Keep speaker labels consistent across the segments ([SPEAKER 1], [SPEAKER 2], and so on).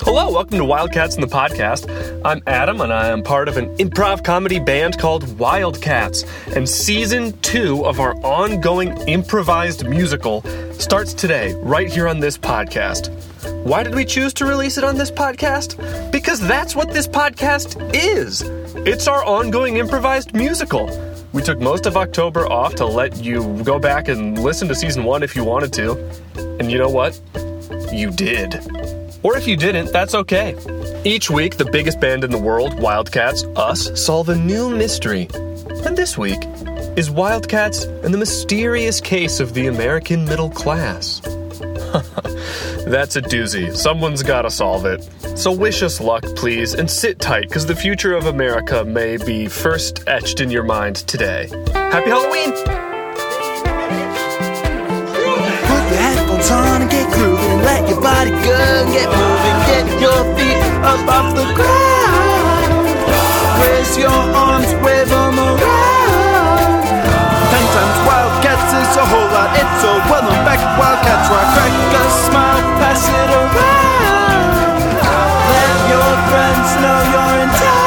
[SPEAKER 1] Hello, welcome to Wildcats in the Podcast. I'm Adam, and I am part of an improv comedy band called Wildcats. And season two of our ongoing improvised musical starts today, right here on this podcast. Why did we choose to release it on this podcast? Because that's what this podcast is it's our ongoing improvised musical. We took most of October off to let you go back and listen to season one if you wanted to. And you know what? you did. Or if you didn't, that's okay. Each week, the biggest band in the world, Wildcats, us, solve a new mystery. And this week is Wildcats and the Mysterious Case of the American Middle Class. That's a doozy. Someone's gotta solve it. So wish us luck, please, and sit tight, because the future of America may be first etched in your mind today. Happy Halloween!
[SPEAKER 2] Put your headphones on and get grooving and let your body go and get moving. Get your feet up off the ground. Raise your arms, wave 'em around. Ten times Wildcats is a whole lot. It's a welcome back. Wildcats rock, crack a smile, pass it around. Let your friends know you're in town.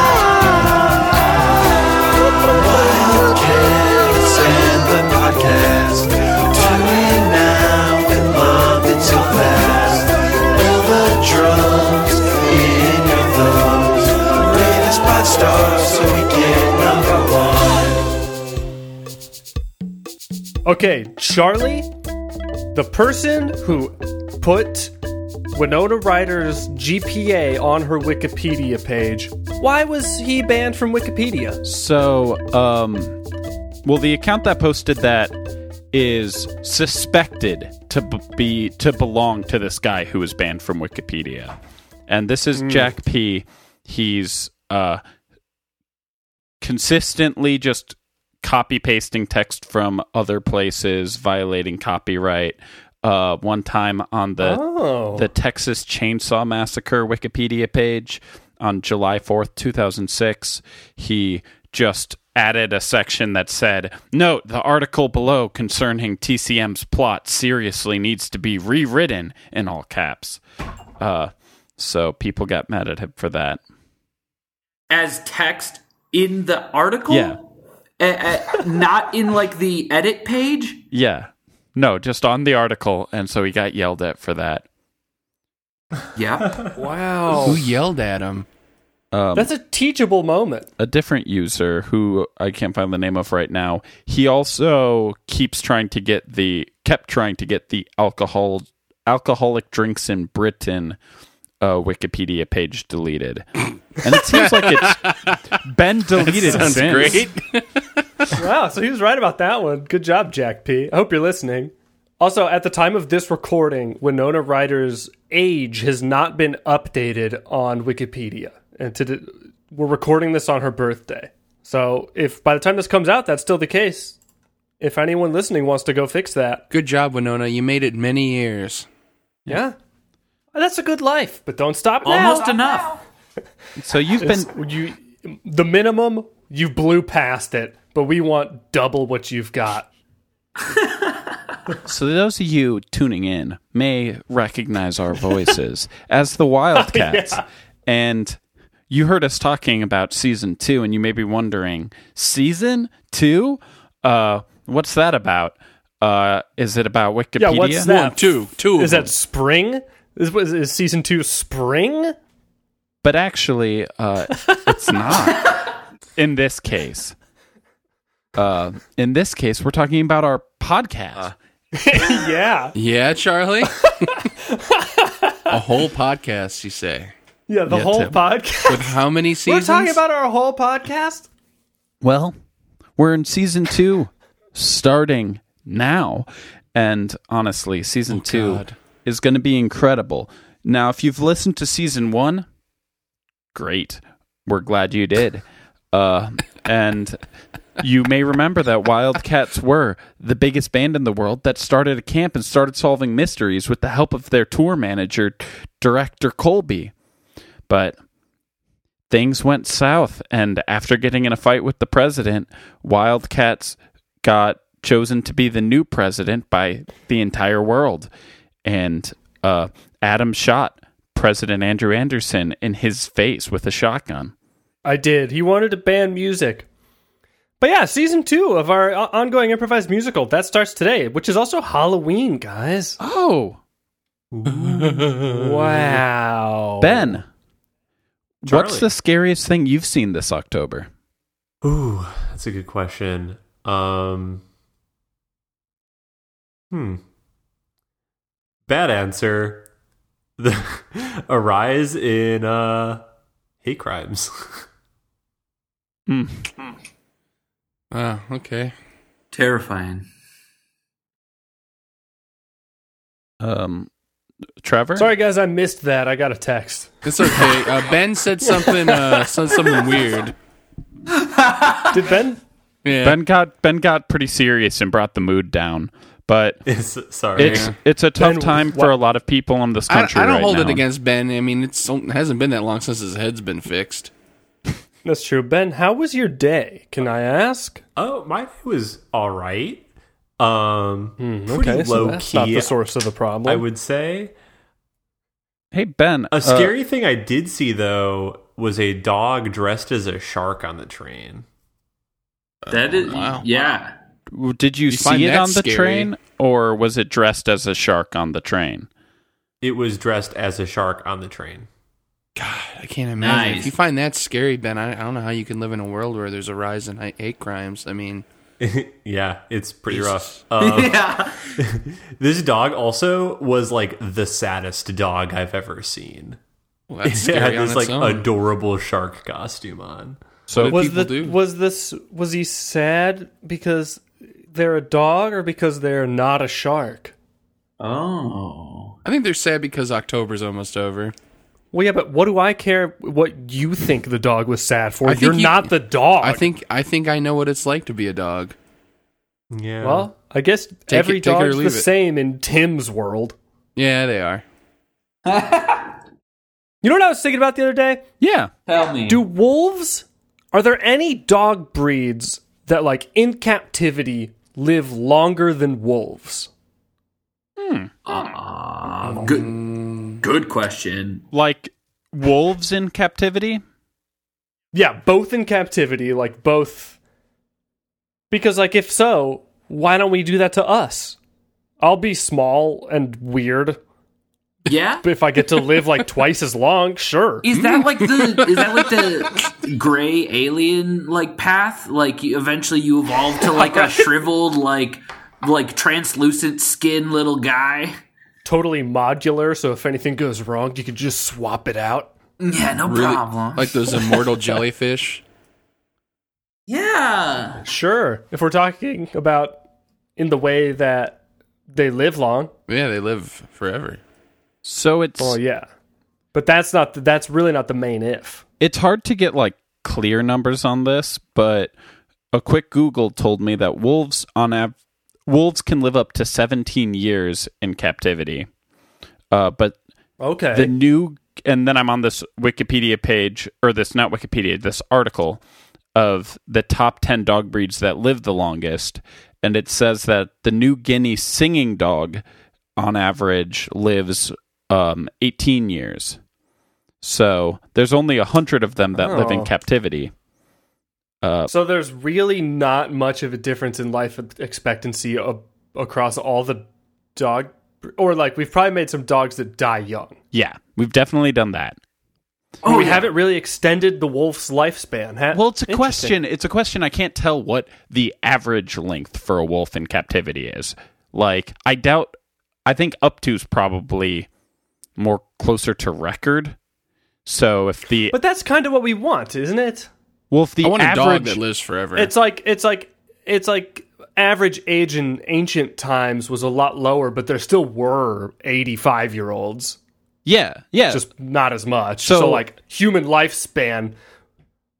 [SPEAKER 2] Wildcats and the podcast. Tune in now and love it so fast. Feel the drums in your thumbs. Rate us five stars so we get number one.
[SPEAKER 1] Okay, Charlie, the person who put Winona Ryder's GPA on her Wikipedia page, why was he banned from Wikipedia?
[SPEAKER 3] So, um, well, the account that posted that is suspected to b- be to belong to this guy who was banned from Wikipedia, and this is Jack P. He's uh, consistently just copy pasting text from other places, violating copyright. Uh, one time on the
[SPEAKER 1] Oh.
[SPEAKER 3] the Texas Chainsaw Massacre Wikipedia page on July 4th, 2006. He just added a section that said, Note the article below concerning TCM's plot seriously needs to be rewritten in all caps. Uh, so people got mad at him for that.
[SPEAKER 4] as text in the article
[SPEAKER 3] Yeah.
[SPEAKER 4] A- a- not in like the edit page
[SPEAKER 3] Yeah. No, just on the article. And so he got yelled at for that.
[SPEAKER 4] yeah
[SPEAKER 5] Who yelled at him?
[SPEAKER 1] That's a teachable moment.
[SPEAKER 3] a different user who I can't find the name of right now. He also keeps trying to get the kept trying to get the alcohol alcoholic drinks in Britain uh, Wikipedia page deleted, and it seems like it's been deleted
[SPEAKER 5] Sounds
[SPEAKER 3] since.
[SPEAKER 5] great.
[SPEAKER 1] Wow, so he was right about that one. Good job, Jack P. I hope you're listening. Also, at the time of this recording, Winona Ryder's age has not been updated on Wikipedia. And to we're recording this on her birthday. So, if by the time this comes out that's still the case, if anyone listening wants to go fix that,
[SPEAKER 5] Good job, Winona. You made it many years.
[SPEAKER 1] yeah. That's a good life, but don't stop now.
[SPEAKER 4] almost enough
[SPEAKER 3] So you've been
[SPEAKER 1] you the minimum you blew past it, but we want double what you've got.
[SPEAKER 3] so those of you tuning in may recognize our voices as the
[SPEAKER 1] Oh,
[SPEAKER 3] Wildcats, and you heard us talking about season two, and you may be wondering, season two, uh, what's that about? Uh, is it about
[SPEAKER 1] Yeah,
[SPEAKER 3] Wikipedia?
[SPEAKER 1] what's that?
[SPEAKER 5] Two, two.
[SPEAKER 1] Is
[SPEAKER 5] of
[SPEAKER 1] that spring? Is, was- is season two spring?
[SPEAKER 3] But actually, uh, it's not. In this case, uh, in this case, we're talking about our podcast.
[SPEAKER 1] Yeah,
[SPEAKER 5] them. Yeah, Charlie. a whole podcast, you say?
[SPEAKER 1] yeah. The
[SPEAKER 3] Yeah,
[SPEAKER 1] whole
[SPEAKER 3] Tim.
[SPEAKER 1] podcast.
[SPEAKER 5] With how many seasons?
[SPEAKER 1] our whole podcast.
[SPEAKER 3] Well, we're in season two, starting now. And honestly, season two
[SPEAKER 5] God.
[SPEAKER 3] is going to be incredible. Now, if you've listened to season one, great. We're glad you did. Uh, and you may remember that Wildcats were the biggest band in the world that started a camp and started solving mysteries with the help of their tour manager, director Colby. But things went south and after getting in a fight with the president wildcats got chosen to be the new president by the entire world and uh, adam schott President Andrew Anderson in his face with a shotgun.
[SPEAKER 6] I did. He wanted to ban music. But yeah, season two of our o- ongoing improvised musical that starts today, which is also Halloween, guys.
[SPEAKER 5] Oh,
[SPEAKER 6] Wow,
[SPEAKER 3] Ben, what's
[SPEAKER 7] Charlie.
[SPEAKER 3] the scariest thing you've seen this October?
[SPEAKER 7] Ooh, that's a good question. Um, hmm. Bad answer. The, a rise in uh, hate crimes.
[SPEAKER 3] Hmm.
[SPEAKER 5] oh, okay.
[SPEAKER 4] Terrifying.
[SPEAKER 3] Um, Trevor?
[SPEAKER 6] Sorry, guys, I missed that. I got a text.
[SPEAKER 5] It's okay. Uh, ben said something. Uh, said something weird.
[SPEAKER 6] Did Ben?
[SPEAKER 5] Yeah.
[SPEAKER 3] Ben got Ben got pretty serious and brought the mood down. But
[SPEAKER 7] It's- Sorry.
[SPEAKER 3] it's it's a tough
[SPEAKER 6] Ben,
[SPEAKER 3] time
[SPEAKER 6] what-
[SPEAKER 3] for a lot of people in this
[SPEAKER 5] I, I
[SPEAKER 3] country.
[SPEAKER 5] don't
[SPEAKER 3] right
[SPEAKER 5] hold it
[SPEAKER 3] now.
[SPEAKER 5] against Ben. I mean, it's, it hasn't been that long since his head's been fixed.
[SPEAKER 6] That's true. Ben, how was your day? Can I ask?
[SPEAKER 7] oh, my day was all right. Um, pretty
[SPEAKER 6] Hmm, Okay,
[SPEAKER 7] low
[SPEAKER 6] so that's
[SPEAKER 7] key.
[SPEAKER 6] not the source of the problem.
[SPEAKER 7] I would say.
[SPEAKER 3] Hey Ben, uh,
[SPEAKER 7] A scary thing I did see though was a dog dressed as a shark on the train.
[SPEAKER 4] That is,
[SPEAKER 5] wow.
[SPEAKER 4] yeah.
[SPEAKER 3] w- did you,
[SPEAKER 5] You find
[SPEAKER 3] see it
[SPEAKER 5] that
[SPEAKER 3] on the
[SPEAKER 5] scary?
[SPEAKER 3] train, or was it dressed as a shark on the train?
[SPEAKER 7] It was dressed as a shark on the train.
[SPEAKER 5] I can't imagine.
[SPEAKER 4] Nice.
[SPEAKER 5] If you find that scary, Ben, I, I don't know how you can live in a world where there's a rise in hi- hate crimes. I mean,
[SPEAKER 7] yeah, it's pretty rough. Um,
[SPEAKER 4] yeah.
[SPEAKER 7] This dog also was like the saddest dog I've ever seen.
[SPEAKER 5] well, that's
[SPEAKER 7] it had
[SPEAKER 5] scary on
[SPEAKER 7] this
[SPEAKER 5] its
[SPEAKER 7] like
[SPEAKER 5] own.
[SPEAKER 7] adorable shark costume on.
[SPEAKER 5] so
[SPEAKER 6] was
[SPEAKER 5] people
[SPEAKER 6] the,
[SPEAKER 5] do.
[SPEAKER 6] was this was he sad because they're a dog or because they're not a shark?
[SPEAKER 4] Oh.
[SPEAKER 5] I think they're sad because October's almost over.
[SPEAKER 6] Well, yeah, but what do I care what you think the dog was sad for?
[SPEAKER 5] I think
[SPEAKER 6] You're
[SPEAKER 5] you-
[SPEAKER 6] not the
[SPEAKER 3] Oh,
[SPEAKER 6] dog.
[SPEAKER 5] I think I think I know what it's like to be a dog.
[SPEAKER 7] Yeah.
[SPEAKER 6] Well, I guess
[SPEAKER 5] it-
[SPEAKER 6] every
[SPEAKER 5] take it or
[SPEAKER 6] dog's the
[SPEAKER 5] leave it.
[SPEAKER 6] same in Tim's world.
[SPEAKER 5] Yeah, they are.
[SPEAKER 6] You know what I was thinking about the other day?
[SPEAKER 3] Yeah,
[SPEAKER 4] Tell
[SPEAKER 5] Mm.
[SPEAKER 4] me.
[SPEAKER 6] Do wolves? Are there any dog breeds that, like in captivity, live longer than wolves?
[SPEAKER 4] Ah, good, good question.
[SPEAKER 3] like wolves in captivity.
[SPEAKER 6] Yeah, both in captivity, like both. Because, like, if so, why don't we do that to us? I'll be small and weird
[SPEAKER 4] Yeah.
[SPEAKER 6] but if I get to live like twice as long. Sure.
[SPEAKER 4] Is that like the is that like the gray alien like path? Like you, eventually you evolve to like a shriveled like like translucent skin little guy.
[SPEAKER 6] Totally modular, so if anything goes wrong, you can just swap it out.
[SPEAKER 4] Yeah, no
[SPEAKER 5] Really,
[SPEAKER 4] problem.
[SPEAKER 5] like those immortal jellyfish.
[SPEAKER 4] yeah.
[SPEAKER 6] Sure. If we're talking about in the way that they live long,
[SPEAKER 5] Yeah, they live forever.
[SPEAKER 3] So it's
[SPEAKER 6] well, yeah. But that's not the, that's really not the main if.
[SPEAKER 3] it's hard to get like clear numbers on this, but a quick Google told me that wolves on av- wolves can live up to 17 years in captivity. Uh, but
[SPEAKER 6] Okay.
[SPEAKER 3] the new and then I'm on this Wikipedia page or this not Wikipedia, this article of the top 10 dog breeds that live the longest and it says that the New Guinea singing dog on average lives um, 18 years. So there's only 100 of them that live
[SPEAKER 6] Oh.
[SPEAKER 3] in captivity.
[SPEAKER 6] so there's really not much of a difference in life expectancy a- across all the dog or like we've probably made some dogs that die young.
[SPEAKER 3] Yeah, we've definitely done that.
[SPEAKER 6] Oh, we haven't really extended the wolf's lifespan. ha-
[SPEAKER 3] Well, it's a
[SPEAKER 6] Interesting.
[SPEAKER 3] question. It's a question. I can't tell what the average length for a wolf in captivity is. Like, I doubt. I think up to's probably more closer to record. So if the
[SPEAKER 6] But that's kind of what we want, isn't it?
[SPEAKER 3] well, if the
[SPEAKER 5] I want
[SPEAKER 3] average
[SPEAKER 5] a dog that lives forever.
[SPEAKER 6] It's like it's like it's like average age in ancient times was a lot lower, but there still were eighty-five year olds,
[SPEAKER 3] yeah, yeah,
[SPEAKER 6] just not as much. So,
[SPEAKER 3] So-
[SPEAKER 6] like human lifespan,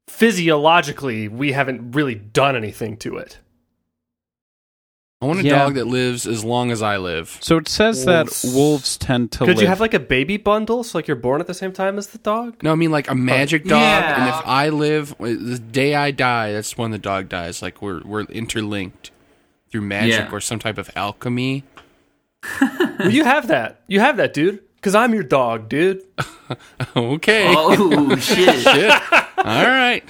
[SPEAKER 6] physiologically, we haven't really done anything to it.
[SPEAKER 5] I want a
[SPEAKER 3] Yeah.
[SPEAKER 5] dog that lives as long as I live.
[SPEAKER 3] so it says
[SPEAKER 6] Wolves.
[SPEAKER 3] that wolves tend to
[SPEAKER 6] Could
[SPEAKER 3] live.
[SPEAKER 6] you have like a baby bundle, so like you're born at the same time as the dog?
[SPEAKER 5] No, I mean like a magic dog.
[SPEAKER 4] Yeah.
[SPEAKER 5] And if I live, the day I die, that's when the dog dies. Like we're we're interlinked through magic
[SPEAKER 4] Yeah.
[SPEAKER 5] or some type of alchemy.
[SPEAKER 6] Well, you have that. You have that, dude. Because I'm your dog, dude.
[SPEAKER 5] Okay.
[SPEAKER 4] Oh shit!
[SPEAKER 5] Shit. All right.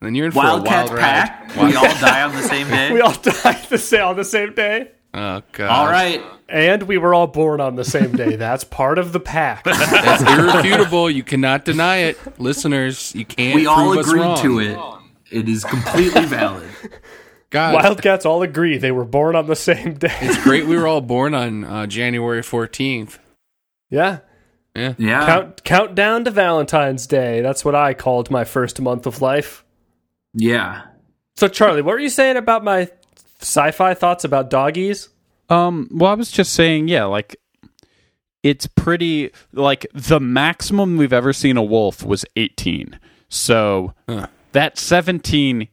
[SPEAKER 5] Then you're in for
[SPEAKER 4] Wildcats
[SPEAKER 5] a wild ride.
[SPEAKER 4] pack. We all die on the same
[SPEAKER 6] We
[SPEAKER 4] day.
[SPEAKER 6] all died the same, on the same day.
[SPEAKER 5] Oh god.
[SPEAKER 4] All right.
[SPEAKER 6] And we were all born on the same day. That's part of the pact.
[SPEAKER 5] That's irrefutable. You cannot deny it, listeners. You can't.
[SPEAKER 4] We all
[SPEAKER 5] prove us
[SPEAKER 4] agreed
[SPEAKER 5] wrong.
[SPEAKER 4] to it. It is completely valid.
[SPEAKER 5] God,
[SPEAKER 6] Wildcats all agree they were born on the same day.
[SPEAKER 5] it's great. We were all born on uh, January 14th.
[SPEAKER 6] Yeah.
[SPEAKER 5] Yeah.
[SPEAKER 4] Yeah.
[SPEAKER 6] Count countdown to Valentine's Day. That's what I called my first month of life.
[SPEAKER 4] Yeah.
[SPEAKER 6] So Charlie, what were you saying about my sci-fi thoughts about doggies?
[SPEAKER 3] Um, well, I was just saying, yeah, like it's pretty like the maximum we've ever seen a wolf was 18. So that 17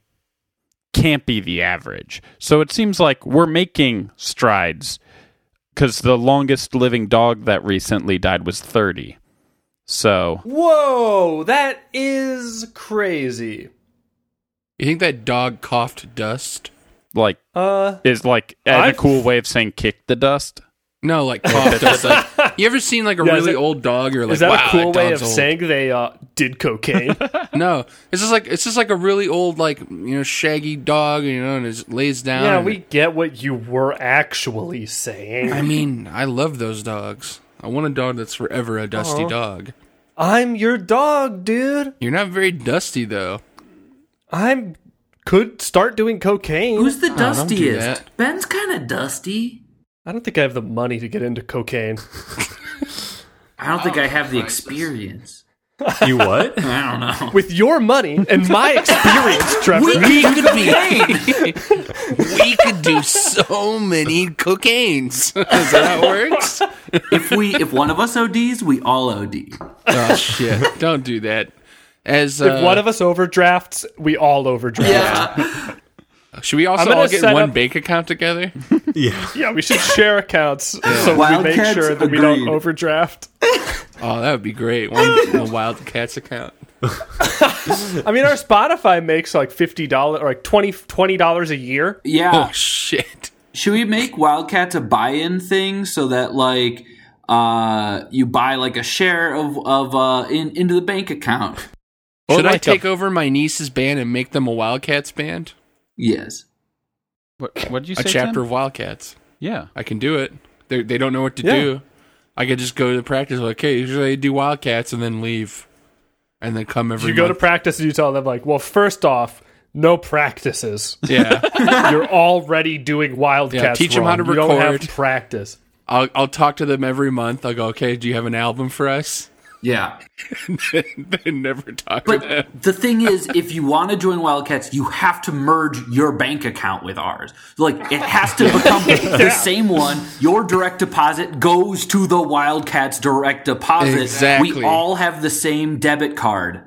[SPEAKER 3] can't be the average. So it seems like we're making strides cuz the longest living dog that recently died was 30. So,
[SPEAKER 6] Whoa, that is crazy.
[SPEAKER 5] You think that dog coughed dust?
[SPEAKER 3] like
[SPEAKER 6] Uh
[SPEAKER 3] is like a
[SPEAKER 6] I've-
[SPEAKER 3] cool way of saying kick the dust.
[SPEAKER 5] No, like coughed dust. Like, you ever seen like a
[SPEAKER 6] Yeah, is
[SPEAKER 5] really
[SPEAKER 6] that-
[SPEAKER 5] old dog? You're like,
[SPEAKER 6] is that
[SPEAKER 5] wow,
[SPEAKER 6] a cool way
[SPEAKER 5] dog's
[SPEAKER 6] of
[SPEAKER 5] old.
[SPEAKER 6] saying they uh, did cocaine?
[SPEAKER 5] No, it's just like it's just like a really old, like you know, shaggy dog. You know, and it lays down.
[SPEAKER 6] yeah,
[SPEAKER 5] and-
[SPEAKER 6] we get what you were actually saying.
[SPEAKER 5] I mean, I love those dogs. I want a dog that's forever a dusty dog.
[SPEAKER 6] I'm your dog, dude.
[SPEAKER 5] You're not very dusty though.
[SPEAKER 6] I'm could start doing cocaine.
[SPEAKER 4] Who's the
[SPEAKER 5] don't do
[SPEAKER 4] dustiest?
[SPEAKER 5] that.
[SPEAKER 4] Ben's kind of dusty.
[SPEAKER 6] I don't think I have the money to get into cocaine.
[SPEAKER 4] I don't think I have the experience.
[SPEAKER 7] You what?
[SPEAKER 4] I don't know.
[SPEAKER 6] With your money and my experience, Trevor.
[SPEAKER 5] We could be. we could do so many cocaines. Is that how it works?
[SPEAKER 4] if we if one of us ODs, we all OD.
[SPEAKER 5] Oh shit! Don't do that. As uh,
[SPEAKER 6] if one of us overdrafts, we all overdraft. Yeah,
[SPEAKER 5] should we
[SPEAKER 6] I'm
[SPEAKER 5] also
[SPEAKER 6] gonna
[SPEAKER 5] all get
[SPEAKER 6] set
[SPEAKER 5] one
[SPEAKER 6] up-
[SPEAKER 5] bank account together?
[SPEAKER 7] Yeah.
[SPEAKER 6] we should share accounts so we make
[SPEAKER 4] Wildcats
[SPEAKER 6] sure that we don't
[SPEAKER 4] agreed.
[SPEAKER 6] overdraft.
[SPEAKER 5] Oh, that would be great. One, one Wildcats account.
[SPEAKER 6] I mean, our Spotify makes like fifty dollars or like 20 dollars a year.
[SPEAKER 4] Yeah.
[SPEAKER 5] Oh shit!
[SPEAKER 4] Should we make Wildcats a buy-in thing so that like uh you buy like a share of of uh in into the bank account?
[SPEAKER 3] Or
[SPEAKER 5] Should I
[SPEAKER 3] like a-
[SPEAKER 5] take over my niece's band and make them a Wildcats band?
[SPEAKER 4] Yes.
[SPEAKER 3] What what did you
[SPEAKER 5] A
[SPEAKER 3] say?
[SPEAKER 5] chapter
[SPEAKER 3] Tim?
[SPEAKER 5] of Wildcats.
[SPEAKER 3] Yeah.
[SPEAKER 5] I can do it. They they don't know what to
[SPEAKER 6] Yeah.
[SPEAKER 5] do. I could just go to practice. Like, hey, usually I do Wildcats and then leave, and then come every.
[SPEAKER 6] You go to
[SPEAKER 5] month.
[SPEAKER 6] practice and you tell them like, well, first off, no practices.
[SPEAKER 5] yeah.
[SPEAKER 6] You're already doing wildcats.
[SPEAKER 5] Yeah, teach 'em how
[SPEAKER 6] wrong.
[SPEAKER 5] to
[SPEAKER 6] You don't have
[SPEAKER 5] record.
[SPEAKER 6] practice.
[SPEAKER 5] I'll I'll talk to them every month. I'll go, okay, do you have an album for us?
[SPEAKER 4] Yeah.
[SPEAKER 5] they never talk to them.
[SPEAKER 4] But the thing is, if you want to join Wildcats, you have to merge your bank account with ours. Like it has to become the same one. Your direct deposit goes to the Wildcats direct deposit.
[SPEAKER 5] Exactly.
[SPEAKER 4] We all have the same debit card.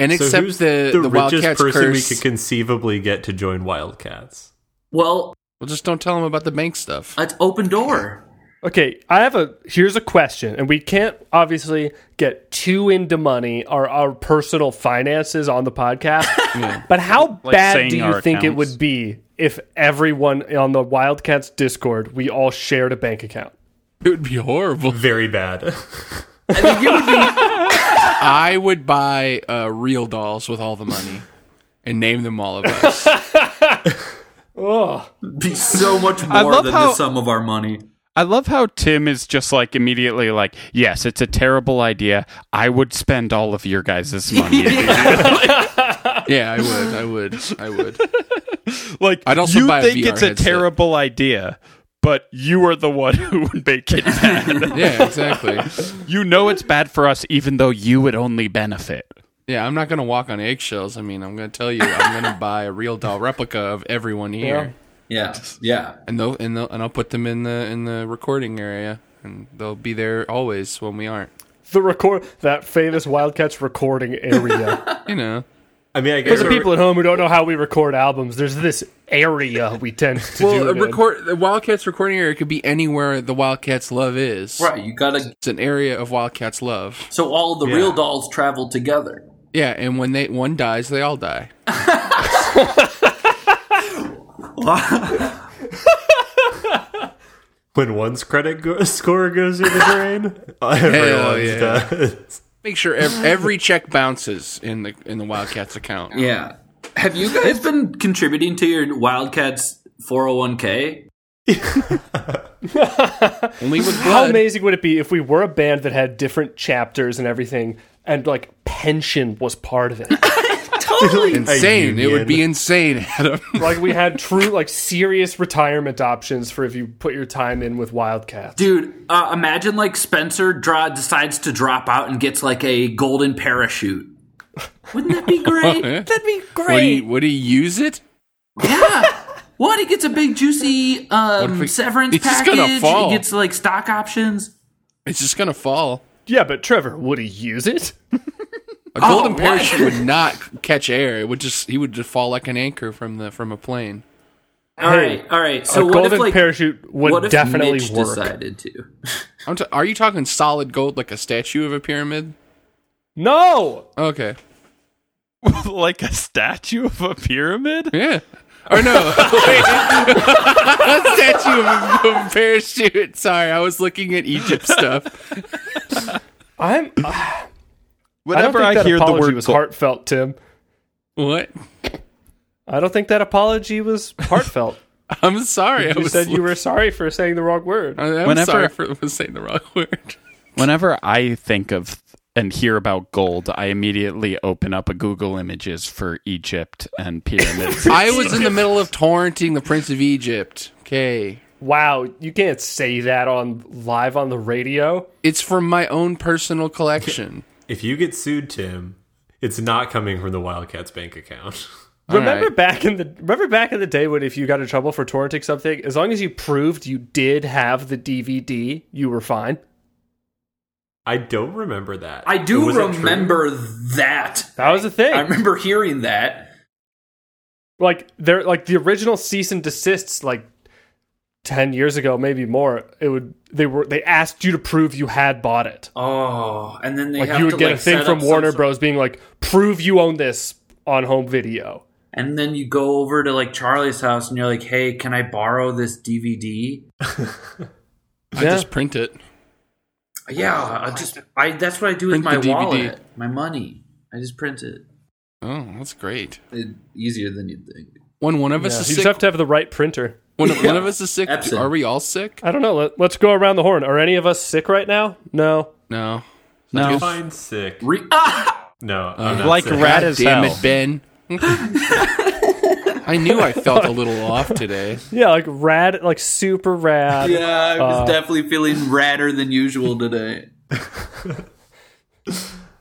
[SPEAKER 5] And
[SPEAKER 7] So
[SPEAKER 5] accept
[SPEAKER 7] who's
[SPEAKER 5] the, the,
[SPEAKER 7] the, richest
[SPEAKER 5] Wildcats
[SPEAKER 7] person
[SPEAKER 5] curse.
[SPEAKER 7] we could conceivably get to join Wildcats?
[SPEAKER 4] Well,
[SPEAKER 5] well, just don't tell them about the bank stuff.
[SPEAKER 4] let's open door.
[SPEAKER 6] Okay, I have a here's a question, and we can't obviously get too into money or our personal finances on the podcast. But how
[SPEAKER 3] Like
[SPEAKER 6] bad
[SPEAKER 3] saying
[SPEAKER 6] do you
[SPEAKER 3] our
[SPEAKER 6] think it
[SPEAKER 3] accounts.
[SPEAKER 6] would be if everyone on the Wildcats Discord we all shared a bank account?
[SPEAKER 5] It would be horrible.
[SPEAKER 7] Very bad.
[SPEAKER 5] I would buy uh, real dolls with all the money and name them all of us.
[SPEAKER 4] Be so much more
[SPEAKER 3] love
[SPEAKER 4] than
[SPEAKER 3] how-
[SPEAKER 4] the sum of our money.
[SPEAKER 3] I love how Tim is just like immediately like, yes, it's a terrible idea. I would spend all of your guys' money.
[SPEAKER 5] yeah, I would. I would. I would.
[SPEAKER 3] like,
[SPEAKER 5] I'd also
[SPEAKER 3] you
[SPEAKER 5] buy a
[SPEAKER 3] think
[SPEAKER 5] VR
[SPEAKER 3] it's a
[SPEAKER 5] headset.
[SPEAKER 3] terrible idea, but you are the one who would make it bad.
[SPEAKER 5] Yeah, exactly.
[SPEAKER 3] you know it's bad for us, even though you would only benefit.
[SPEAKER 5] Yeah, I'm not going to walk on eggshells. I mean, I'm going to tell you, I'm going to buy a real doll replica of everyone here,
[SPEAKER 4] Yeah. Yeah.
[SPEAKER 5] and they'll and they'll, and I'll put them in the in the recording area, and they'll be there always when we aren't.
[SPEAKER 6] The record that famous Wildcats recording area.
[SPEAKER 5] You know.
[SPEAKER 7] I mean, I guess
[SPEAKER 6] For the
[SPEAKER 7] we're-
[SPEAKER 6] people at home who don't know how we record albums, there's this area we tend to do
[SPEAKER 5] Well, a
[SPEAKER 6] it in.
[SPEAKER 5] record the Wildcats recording area could be anywhere the Wildcats love is.
[SPEAKER 4] Right. You gotta.
[SPEAKER 5] It's an area of Wildcats love.
[SPEAKER 4] So all the
[SPEAKER 7] Yeah.
[SPEAKER 4] real dolls travel together.
[SPEAKER 5] Yeah, and when they one dies, they all die.
[SPEAKER 7] When one's credit go- score goes through the drain, everyone's
[SPEAKER 5] yeah.
[SPEAKER 7] does.
[SPEAKER 5] Make sure ev- every check bounces in the in the Wildcats account.
[SPEAKER 4] Yeah. Have you guys been contributing to your Wildcats 401k?
[SPEAKER 5] Only with
[SPEAKER 6] How
[SPEAKER 5] blood.
[SPEAKER 6] amazing would it be if we were a band that had different chapters and everything, and like pension was part of it?
[SPEAKER 5] insane. It
[SPEAKER 7] union.
[SPEAKER 5] would be insane, Adam.
[SPEAKER 6] like we had true, like serious retirement options for if you put your time in with Wildcats.
[SPEAKER 4] Dude, uh, imagine like Spencer draw, decides to drop out and gets like a golden parachute. Wouldn't that be great?
[SPEAKER 6] That'd be
[SPEAKER 5] Would
[SPEAKER 6] great.
[SPEAKER 5] he, would he use it?
[SPEAKER 4] yeah. What? He gets a big juicy um,
[SPEAKER 5] if he-
[SPEAKER 4] severance
[SPEAKER 5] he's just
[SPEAKER 4] package.
[SPEAKER 5] gonna fall.
[SPEAKER 4] He gets like stock options.
[SPEAKER 5] It's just gonna fall.
[SPEAKER 6] yeah, but Trevor, would he use it?
[SPEAKER 5] A
[SPEAKER 6] Oh,
[SPEAKER 5] golden
[SPEAKER 4] what?
[SPEAKER 5] parachute would not catch air. It would just he would just fall like an anchor from the from a plane.
[SPEAKER 4] All right, all right. So
[SPEAKER 6] a
[SPEAKER 4] what
[SPEAKER 6] golden
[SPEAKER 4] if like
[SPEAKER 6] parachute would
[SPEAKER 4] what if
[SPEAKER 6] definitely
[SPEAKER 4] Mitch
[SPEAKER 6] work.
[SPEAKER 4] decided to?
[SPEAKER 5] I'm t- are you talking solid gold like a statue of a pyramid?
[SPEAKER 6] No.
[SPEAKER 5] Okay.
[SPEAKER 3] like a statue of a pyramid?
[SPEAKER 5] Yeah. Or no. Wait. statue of a parachute. Sorry, I was looking at Egypt stuff.
[SPEAKER 6] I'm. I don't
[SPEAKER 3] Whenever
[SPEAKER 6] think
[SPEAKER 3] I,
[SPEAKER 6] that
[SPEAKER 3] hear the
[SPEAKER 6] apology
[SPEAKER 3] word
[SPEAKER 6] was
[SPEAKER 3] gold-
[SPEAKER 6] heartfelt, Tim.
[SPEAKER 5] What?
[SPEAKER 6] I don't think that apology was heartfelt.
[SPEAKER 5] I'm sorry. I
[SPEAKER 6] you
[SPEAKER 5] was
[SPEAKER 6] said you were sorry for saying the wrong word.
[SPEAKER 5] I'm
[SPEAKER 3] Whenever-
[SPEAKER 5] sorry for for saying the wrong word.
[SPEAKER 3] Whenever I think of and hear about gold, I immediately open up a Google images for Egypt and pyramids.
[SPEAKER 5] I was in the middle of torrenting the Prince of Egypt. Okay.
[SPEAKER 6] Wow, you can't say that on live on the radio.
[SPEAKER 5] It's from my own personal collection.
[SPEAKER 7] If you get sued, Tim, it's not coming from the Wildcats bank account.
[SPEAKER 6] Remember
[SPEAKER 5] right.
[SPEAKER 6] back in the remember back in the day when if you got in trouble for torrenting something, as long as you proved you did have the DVD, you were fine.
[SPEAKER 7] I don't remember that.
[SPEAKER 4] I do
[SPEAKER 7] Was it true?
[SPEAKER 4] remember that.
[SPEAKER 6] That was a thing.
[SPEAKER 4] I remember hearing that.
[SPEAKER 6] like there, like the original cease and desists, like ten years ago, maybe more. It would they were they asked you to prove you had bought it.
[SPEAKER 4] Oh, and then they
[SPEAKER 6] like
[SPEAKER 4] have
[SPEAKER 6] you would
[SPEAKER 4] to,
[SPEAKER 6] get
[SPEAKER 4] like,
[SPEAKER 6] a thing
[SPEAKER 4] set
[SPEAKER 6] from
[SPEAKER 4] up some
[SPEAKER 6] Warner
[SPEAKER 4] sort-
[SPEAKER 6] Bros. being like, prove you own this on home video.
[SPEAKER 4] And then you go over to like Charlie's house and you're like, "Hey, can I borrow this DVD?"
[SPEAKER 5] I just print it.
[SPEAKER 4] Yeah, I just I that's what I do
[SPEAKER 5] Print
[SPEAKER 4] with my
[SPEAKER 5] the DVD.
[SPEAKER 4] wallet, my money. I just print it.
[SPEAKER 5] Oh, that's great.
[SPEAKER 4] It- easier than you'd think.
[SPEAKER 5] When one of us
[SPEAKER 6] Yeah, You
[SPEAKER 5] is
[SPEAKER 6] just
[SPEAKER 5] sick,
[SPEAKER 6] have to have the right printer.
[SPEAKER 5] when one of us is sick,
[SPEAKER 4] Epson.
[SPEAKER 5] are we all sick?
[SPEAKER 6] I don't know. Let, let's go around the horn. Are any of us sick right now? No.
[SPEAKER 5] No.
[SPEAKER 3] no,
[SPEAKER 7] Define sick.
[SPEAKER 4] Re- ah!
[SPEAKER 7] No,
[SPEAKER 5] Uh,
[SPEAKER 7] I'm not
[SPEAKER 3] like
[SPEAKER 7] sick.
[SPEAKER 3] rat
[SPEAKER 5] God
[SPEAKER 3] as
[SPEAKER 5] damn
[SPEAKER 3] hell.
[SPEAKER 5] it, Ben. I knew I felt a little off today.
[SPEAKER 6] Yeah, like rad, like super rad.
[SPEAKER 4] Yeah, Uh, I was definitely feeling radder than usual today.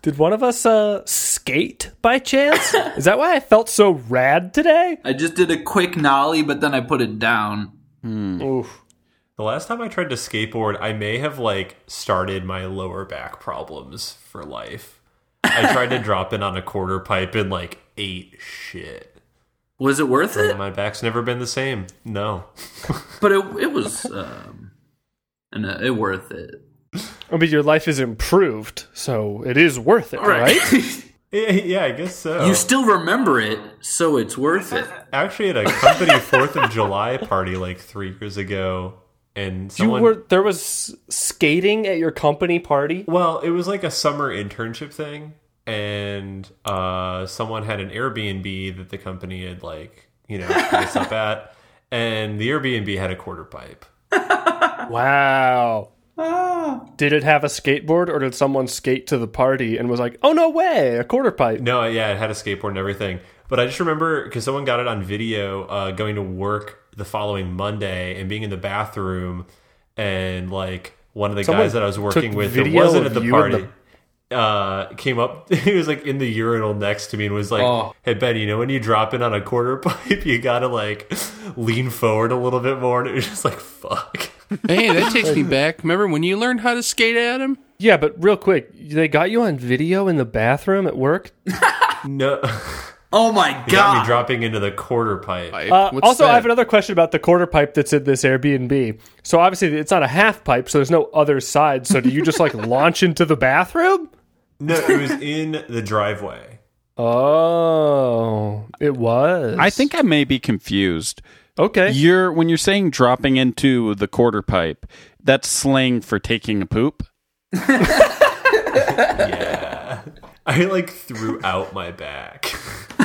[SPEAKER 6] Did one of us uh, skate by chance? Is that why I felt so rad today?
[SPEAKER 4] I just did a quick nollie, but then I put it down.
[SPEAKER 6] Oof.
[SPEAKER 7] The last time I tried to skateboard, I may have like started my lower back problems for life. I tried to drop in on a quarter pipe and like ate shit.
[SPEAKER 4] Was it worth it?
[SPEAKER 7] My back's never been the same. No.
[SPEAKER 4] But it it was um, and uh, it worth it.
[SPEAKER 6] I mean, your life is improved, so it is worth it, right?
[SPEAKER 7] Yeah, yeah, I guess so.
[SPEAKER 4] you still remember it, so it's worth it.
[SPEAKER 7] Actually, at a company Fourth of July party like three years ago, and
[SPEAKER 6] You
[SPEAKER 7] someone
[SPEAKER 6] were there was skating at your company party.
[SPEAKER 7] Well, it was like a summer internship thing, and uh, someone had an Airbnb that the company had like you know put us up at, and the Airbnb had a quarter pipe.
[SPEAKER 6] Wow. Did it have a skateboard, or did someone skate to the party and was like, "Oh no way, a quarter pipe"?
[SPEAKER 7] No, yeah, it had a skateboard and everything. But I just remember because someone got it on video uh, going to work the following Monday and being in the bathroom, and like one of the
[SPEAKER 6] Someone
[SPEAKER 7] guys that I was working with that
[SPEAKER 6] video
[SPEAKER 7] wasn't at
[SPEAKER 6] of
[SPEAKER 7] the
[SPEAKER 6] you in
[SPEAKER 7] party. Uh, came up. He was like in the urinal next to me and was like,
[SPEAKER 6] Oh.
[SPEAKER 7] "Hey Ben, you know when you drop in on a quarter pipe, you gotta like lean forward a little bit more." And it was just like, "Fuck."
[SPEAKER 5] Hey, that takes me back. Remember when you learned how to skate, Adam?
[SPEAKER 6] Yeah, but real quick, they got you on video in the bathroom at work.
[SPEAKER 7] No,
[SPEAKER 4] Oh my
[SPEAKER 7] got me
[SPEAKER 4] god!
[SPEAKER 7] dropping into the quarter pipe.
[SPEAKER 6] Uh,
[SPEAKER 5] What's
[SPEAKER 6] also, I have
[SPEAKER 5] that?
[SPEAKER 6] another question about the quarter pipe that's in this Airbnb. So obviously, it's not a half pipe, so there's no other side. So do you just like launch into the bathroom?
[SPEAKER 7] No, it was in the driveway.
[SPEAKER 6] Oh, it was.
[SPEAKER 3] I think I may be confused.
[SPEAKER 6] Okay.
[SPEAKER 3] You're when you're saying dropping into the quarter pipe, that's slang for taking a poop.
[SPEAKER 7] I like threw out my back,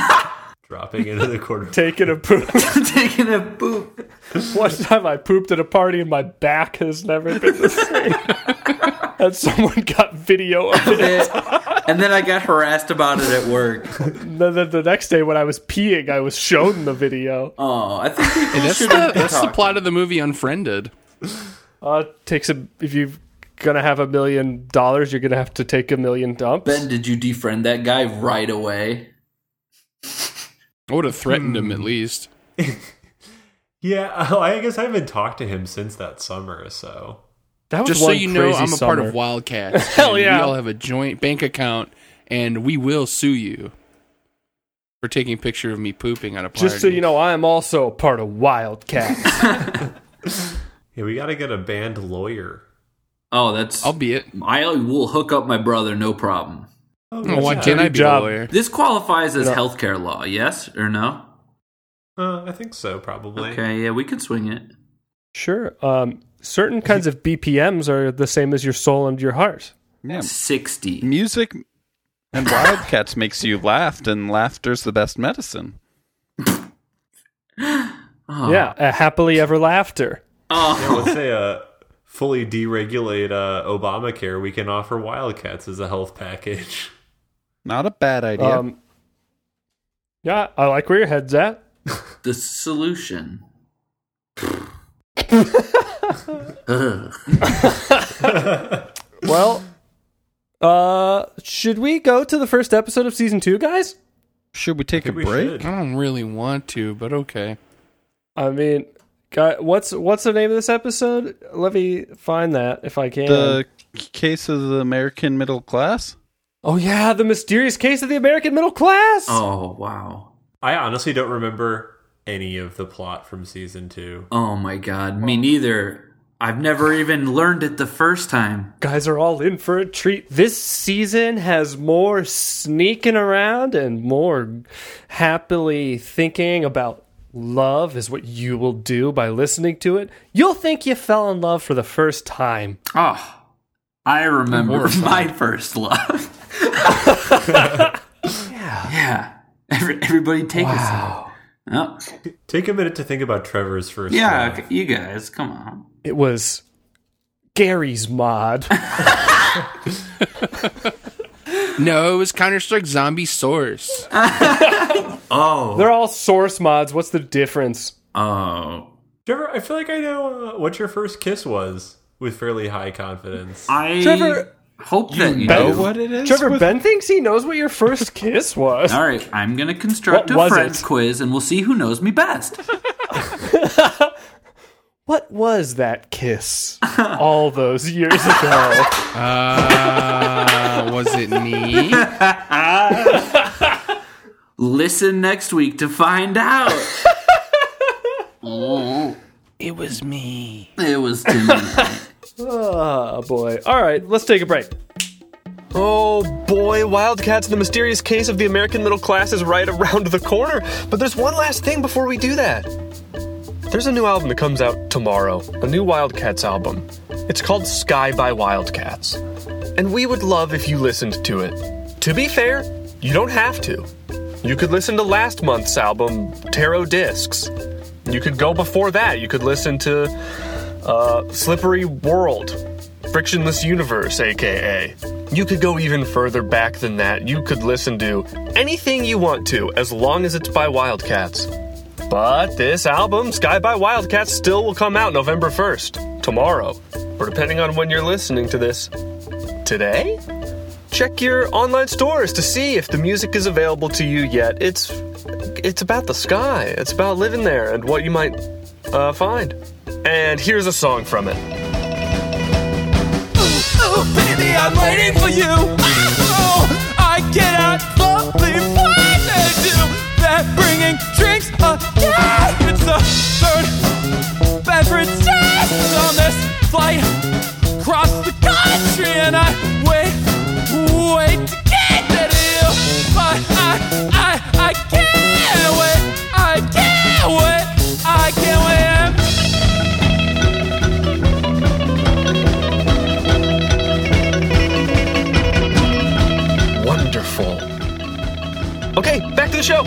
[SPEAKER 7] dropping into the quarter.
[SPEAKER 6] Taking a poop.
[SPEAKER 4] Taking a poop.
[SPEAKER 6] One time I pooped at a party and my back has never been the same. and someone got video of it.
[SPEAKER 4] and then I got harassed about it at work.
[SPEAKER 6] And then the, the next day when I was peeing, I was shown the video.
[SPEAKER 4] Oh, I think people
[SPEAKER 5] That's
[SPEAKER 4] should.
[SPEAKER 5] the, that's the plot of the movie Unfriended.
[SPEAKER 6] Uh, takes a if you're gonna have a million dollars, you're gonna have to take a million dumps.
[SPEAKER 4] Ben, did you defriend that guy right away?
[SPEAKER 5] I would have threatened him at least.
[SPEAKER 7] Yeah, oh, I guess I haven't talked to him since that summer. So
[SPEAKER 6] that was
[SPEAKER 5] Just so
[SPEAKER 6] one
[SPEAKER 5] you know,
[SPEAKER 6] crazy
[SPEAKER 5] I'm a part
[SPEAKER 6] summer.
[SPEAKER 5] of Wildcat.
[SPEAKER 6] Hell yeah.
[SPEAKER 5] We all have a joint bank account, and we will sue you for taking a picture of me pooping on a party.
[SPEAKER 6] Just so you know, I am also a part of Wildcat.
[SPEAKER 7] yeah, we got to get a band lawyer.
[SPEAKER 4] Oh, that's.
[SPEAKER 5] I'll be it.
[SPEAKER 4] I will hook up my brother, no problem.
[SPEAKER 5] Oh, why can't I be a
[SPEAKER 6] job.
[SPEAKER 5] lawyer?
[SPEAKER 4] This qualifies as
[SPEAKER 6] No.
[SPEAKER 4] healthcare law, yes or no?
[SPEAKER 7] Uh, I think so, probably.
[SPEAKER 4] Okay, yeah, we can swing it.
[SPEAKER 6] sure. Um, certain kinds of BPMs are the same as your soul and your heart.
[SPEAKER 3] Yeah.
[SPEAKER 4] Sixty.
[SPEAKER 3] Music and wildcats makes you laugh, and laughter's the best medicine.
[SPEAKER 6] Yeah, a happily ever laughter.
[SPEAKER 7] Yeah, let's say uh, fully deregulate uh, Obamacare. We can offer Wildcats as a health package.
[SPEAKER 3] Not a bad idea.
[SPEAKER 6] Um, yeah, I like where your head's at.
[SPEAKER 4] The solution.
[SPEAKER 6] Well, uh, should we go to the first episode of season two, guys?
[SPEAKER 3] Should we take a
[SPEAKER 7] We
[SPEAKER 3] break?
[SPEAKER 7] should.
[SPEAKER 5] I don't really want to, but okay.
[SPEAKER 6] I mean, guy, what's what's the name of this episode? Let me find that if I can.
[SPEAKER 3] The case of the American middle class.
[SPEAKER 6] oh yeah, the mysterious case of the American middle class.
[SPEAKER 4] Oh wow.
[SPEAKER 7] I honestly don't remember any of the plot from season two.
[SPEAKER 4] Oh my god. Me neither. I've never even learned it the first time.
[SPEAKER 6] Guys are all in for a treat. This season has more sneaking around and more happily thinking about love is what you will do by listening to it. You'll think you fell in love for the first time.
[SPEAKER 4] Oh, I remember my first love. yeah. Yeah. Every, everybody take a sip. Oh.
[SPEAKER 7] Take a minute to think about Trevor's first.
[SPEAKER 4] Yeah,
[SPEAKER 7] love.
[SPEAKER 4] okay, you guys, come on.
[SPEAKER 6] It was Gary's mod.
[SPEAKER 5] No, it was Counter Strike Zombie Source.
[SPEAKER 6] They're all source mods. What's the difference?
[SPEAKER 4] Oh.
[SPEAKER 7] Trevor, I feel like I know uh, what your first kiss was with fairly high confidence.
[SPEAKER 4] I
[SPEAKER 6] Trevor,
[SPEAKER 4] hope that you
[SPEAKER 6] bet-
[SPEAKER 3] Know
[SPEAKER 4] do.
[SPEAKER 3] what it is?
[SPEAKER 6] Trevor
[SPEAKER 3] with-
[SPEAKER 6] Ben thinks he knows what your first kiss was.
[SPEAKER 4] All right, I'm going to construct
[SPEAKER 6] What
[SPEAKER 4] a
[SPEAKER 6] was
[SPEAKER 4] friends
[SPEAKER 6] it?
[SPEAKER 4] quiz and we'll see who knows me best.
[SPEAKER 6] What was that kiss all those years ago?
[SPEAKER 5] Uh, was it me?
[SPEAKER 4] Listen next week to find out.
[SPEAKER 5] It was me.
[SPEAKER 4] it was Tim.
[SPEAKER 6] oh boy. All right, let's take a break.
[SPEAKER 1] Oh boy, Wildcats, the mysterious case of the American middle class is right around the corner. But there's one last thing before we do that. There's a new album that comes out tomorrow, a new Wildcats album. It's called Sky by Wildcats. And we would love if you listened to it. To be fair, you don't have to. You could listen to last month's album, Tarot Discs. You could go before that. You could listen to uh, Slippery World, Frictionless Universe, aka. You could go even further back than that. You could listen to anything you want to, as long as it's by Wildcats. But this album, Sky by Wildcats, still will come out November 1st, tomorrow, or depending on when you're listening to this, today? Check your online stores to see if the music is available to you yet. It's it's about the sky. It's about living there and what you might uh, find. And here's a song from it.
[SPEAKER 2] Oh, baby, I'm waiting for you. Oh, I cannot believe what they do. They're bringing drinks again. It's the third beverage taste on this flight across the country, and I wait, wait to get to you. But I, I, I can't wait. I can't wait. I can't.
[SPEAKER 1] Okay, back to the show.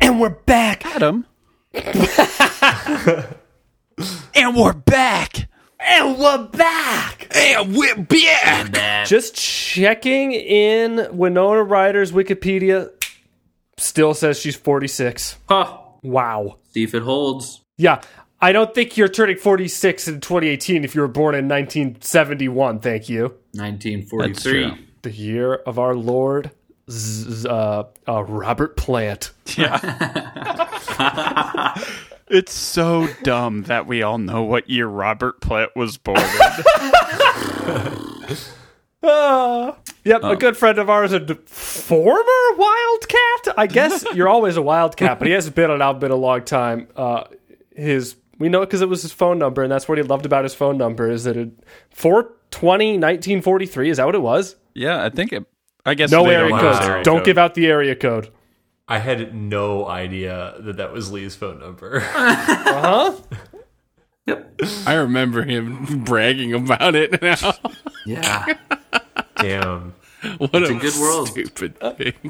[SPEAKER 6] And we're back.
[SPEAKER 3] Adam. and we're back.
[SPEAKER 6] And we're back.
[SPEAKER 5] And we're back.
[SPEAKER 6] Just checking in Winona Ryder's Wikipedia still says she's 46.
[SPEAKER 4] Huh.
[SPEAKER 6] Wow.
[SPEAKER 4] See if it holds.
[SPEAKER 6] Yeah. I don't think you're turning 46 in 2018 if you were born in 1971. Thank you.
[SPEAKER 4] 1943.
[SPEAKER 3] That's
[SPEAKER 6] The year of our Lord Z- uh, uh, Robert Plant.
[SPEAKER 3] It's so dumb that we all know what year Robert Platt was born. in.
[SPEAKER 6] Ah. yep, a good friend of ours, a d- former Wildcat. I guess you're always a Wildcat, but he hasn't been on Outbid a long time. Uh, his we know it because it was his phone number, and that's what he loved about his phone number is that it 420 1943 is that what it was?
[SPEAKER 3] yeah, I think it. I guess
[SPEAKER 6] No
[SPEAKER 3] they
[SPEAKER 6] area
[SPEAKER 3] don't
[SPEAKER 7] know
[SPEAKER 6] codes.
[SPEAKER 7] his area
[SPEAKER 6] Don't give out the area code.
[SPEAKER 7] I had no idea that that was Lee's phone number.
[SPEAKER 4] Yep.
[SPEAKER 5] I remember him bragging about it now.
[SPEAKER 4] Yeah.
[SPEAKER 7] Damn.
[SPEAKER 5] What a,
[SPEAKER 4] good world.
[SPEAKER 5] stupid thing.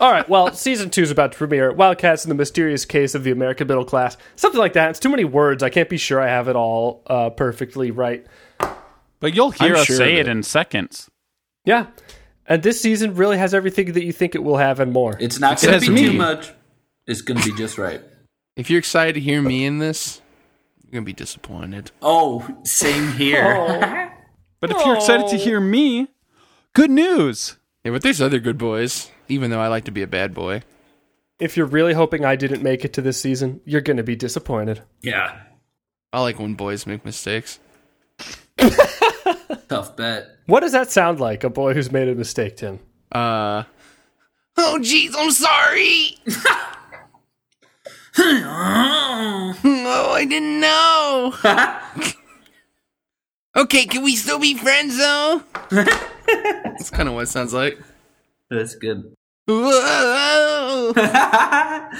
[SPEAKER 6] All right. Well, season two is about to premiere. Wildcats and the mysterious case of the American middle class, something like that. It's too many words. I can't be sure I have it all uh, perfectly right.
[SPEAKER 3] But you'll hear
[SPEAKER 5] I'm
[SPEAKER 3] us
[SPEAKER 5] sure
[SPEAKER 3] say
[SPEAKER 5] of
[SPEAKER 3] it
[SPEAKER 5] it.
[SPEAKER 3] in seconds.
[SPEAKER 6] Yeah, and this season really has everything that you think it will have and more.
[SPEAKER 4] It's not
[SPEAKER 3] It
[SPEAKER 4] going to
[SPEAKER 3] has
[SPEAKER 4] be
[SPEAKER 3] me.
[SPEAKER 4] too much. It's going to be just right.
[SPEAKER 5] If you're excited to hear me in this, you're gonna be disappointed.
[SPEAKER 4] Oh, same here.
[SPEAKER 3] But if you're excited to hear me, good news.
[SPEAKER 5] Yeah, but there's other good boys. Even though I like to be a bad boy.
[SPEAKER 6] if you're really hoping I didn't make it to this season, you're going to be disappointed.
[SPEAKER 4] Yeah.
[SPEAKER 5] I like when boys make mistakes.
[SPEAKER 4] Tough bet.
[SPEAKER 6] What does that sound like? A boy who's made a mistake, Tim.
[SPEAKER 5] Uh. Oh jeez, I'm sorry. oh, I didn't know. okay, can we still be friends though? That's kind of what it sounds like.
[SPEAKER 4] That's good.
[SPEAKER 5] Whoa. I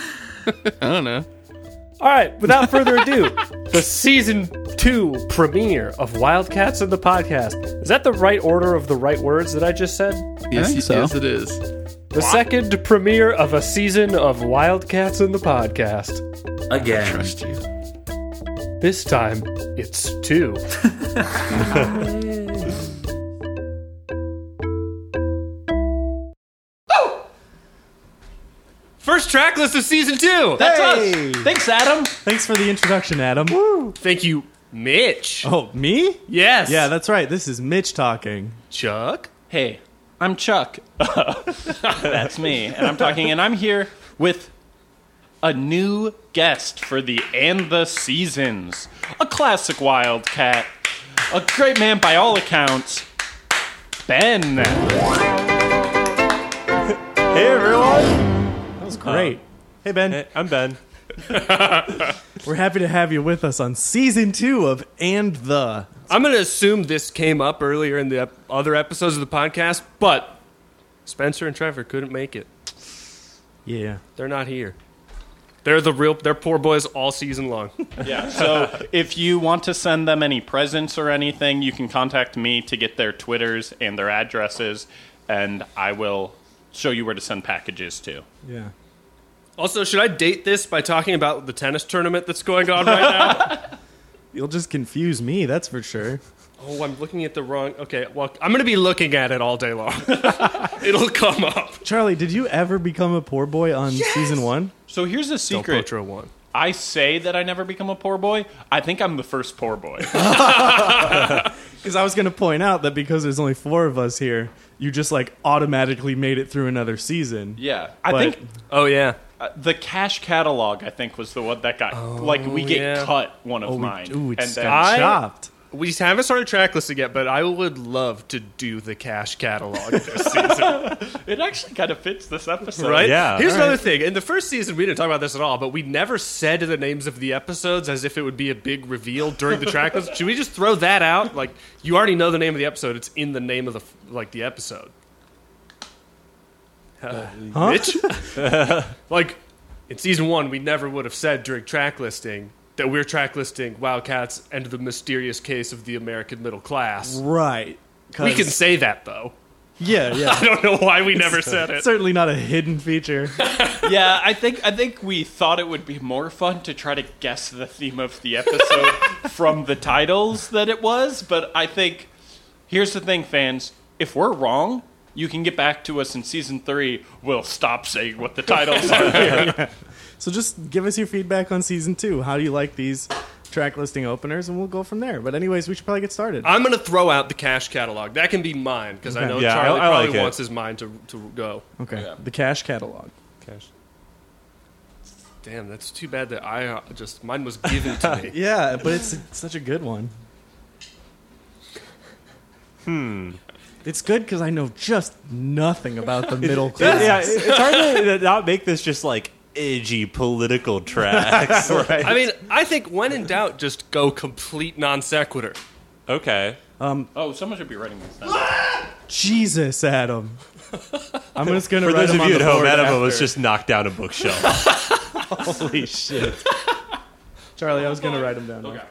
[SPEAKER 5] don't know.
[SPEAKER 6] All right, without further ado, the season two premiere of Wildcats and the podcast. Is that the right order of the right words that I just said?
[SPEAKER 5] Yes,
[SPEAKER 3] think so.
[SPEAKER 5] yes, it is.
[SPEAKER 6] The second premiere of a season of Wildcats and the podcast.
[SPEAKER 4] Again.
[SPEAKER 5] Trust you.
[SPEAKER 6] This time, it's two. First track list of season two.
[SPEAKER 8] That's us. Thanks, Adam. Thanks for the introduction, Adam.
[SPEAKER 6] Thank you, Mitch.
[SPEAKER 8] Oh, me?
[SPEAKER 6] Yes.
[SPEAKER 8] Yeah, that's right. This is Mitch talking.
[SPEAKER 6] Chuck.
[SPEAKER 8] Hey, I'm Chuck. that's me, and I'm talking, and I'm here with a new guest for the and the seasons, a classic wildcat, a great man by all accounts, Ben. Hey everyone. That was great.
[SPEAKER 6] Oh.
[SPEAKER 9] Hey Ben,
[SPEAKER 8] I'm Ben.
[SPEAKER 9] we're happy to have you with us on season two of And the.
[SPEAKER 6] I'm going to assume this came up earlier in the ep- other episodes of the podcast, but Spencer and Trevor couldn't make it.
[SPEAKER 9] Yeah,
[SPEAKER 6] They're not here. They're the real. They're poor boys all season long.
[SPEAKER 8] Yeah. So if you want to send them any presents or anything, you can contact me to get their Twitters and their addresses, and I will show you where to send packages to.
[SPEAKER 9] yeah.
[SPEAKER 6] also, should I date this by talking about the tennis tournament that's going on right now?
[SPEAKER 9] You'll just confuse me, that's for sure.
[SPEAKER 6] oh, I'm looking at the wrong. Okay, well, I'm going to be looking at it all day long. It'll come up.
[SPEAKER 9] Charlie, did you ever become a poor boy on season one?
[SPEAKER 8] So here's a secret.
[SPEAKER 6] Potro one.
[SPEAKER 8] I say that I never become a poor boy. I think I'm the first poor boy.
[SPEAKER 9] Because I was going to point out that because there's only four of us here, you just like automatically made it through another season.
[SPEAKER 8] Yeah. I
[SPEAKER 9] But-
[SPEAKER 8] think
[SPEAKER 6] Oh yeah.
[SPEAKER 8] uh, the cash catalog. I think was the one that got like we get
[SPEAKER 6] yeah.
[SPEAKER 8] cut one of
[SPEAKER 9] Oh, we,
[SPEAKER 8] mine,
[SPEAKER 9] ooh, we
[SPEAKER 8] and
[SPEAKER 9] just
[SPEAKER 8] then
[SPEAKER 9] got
[SPEAKER 6] I-
[SPEAKER 9] chopped.
[SPEAKER 6] We haven't started track listing yet, but I would love to do the cash catalog this season.
[SPEAKER 8] it actually kind of fits this episode,
[SPEAKER 6] Right?
[SPEAKER 9] Yeah,
[SPEAKER 6] Here's
[SPEAKER 9] all
[SPEAKER 6] another thing. In the first season, we didn't talk about this at all, but we never said the names of the episodes as if it would be a big reveal during the track list. Should we just throw that out? Like, you already know the name of the episode. It's in the name of the f- like the episode.
[SPEAKER 9] Uh,
[SPEAKER 8] Mitch?
[SPEAKER 6] Uh, Like in season one, we never would have said during track listing that we're track listing Wildcats and the mysterious case of the American middle class.
[SPEAKER 9] Right.
[SPEAKER 6] We
[SPEAKER 9] 'Cause-
[SPEAKER 6] can say that though.
[SPEAKER 9] Yeah, yeah.
[SPEAKER 6] I don't know why we never said it.
[SPEAKER 9] Certainly not a hidden feature.
[SPEAKER 8] yeah, I think I think we thought it would be more fun to try to guess the theme of the episode from the titles that it was, but I think here's the thing, fans. If we're wrong, you can get back to us in season three. We'll stop saying what the titles are.
[SPEAKER 9] So just give us your feedback on season two. How do you like these track listing openers? And we'll go from there. But anyways, we should probably get started.
[SPEAKER 6] I'm gonna throw out the cash catalog. That can be mine because I know
[SPEAKER 7] Yeah,
[SPEAKER 6] Charlie
[SPEAKER 7] I- I
[SPEAKER 6] probably
[SPEAKER 7] like it.
[SPEAKER 6] wants his mind to to go.
[SPEAKER 9] Okay. The cash catalog.
[SPEAKER 6] Damn, that's too bad that I uh, just mine was given to me.
[SPEAKER 9] Yeah, but it's, it's such a good one. Hmm. It's good because I know just nothing about the middle class.
[SPEAKER 7] yeah, it- it's hard to not make this just like edgy political tracks. right?
[SPEAKER 6] I mean, I think when in doubt, just go complete non sequitur.
[SPEAKER 7] Okay.
[SPEAKER 8] oh, someone should be writing this down.
[SPEAKER 9] Jesus, Adam. I'm just gonna
[SPEAKER 7] For
[SPEAKER 9] write
[SPEAKER 7] those of
[SPEAKER 9] him on
[SPEAKER 7] you at
[SPEAKER 9] the
[SPEAKER 7] home,
[SPEAKER 9] board
[SPEAKER 7] Anima was
[SPEAKER 9] after.
[SPEAKER 7] just knocked down a bookshelf.
[SPEAKER 9] holy shit. Charlie, I was gonna write him down. after.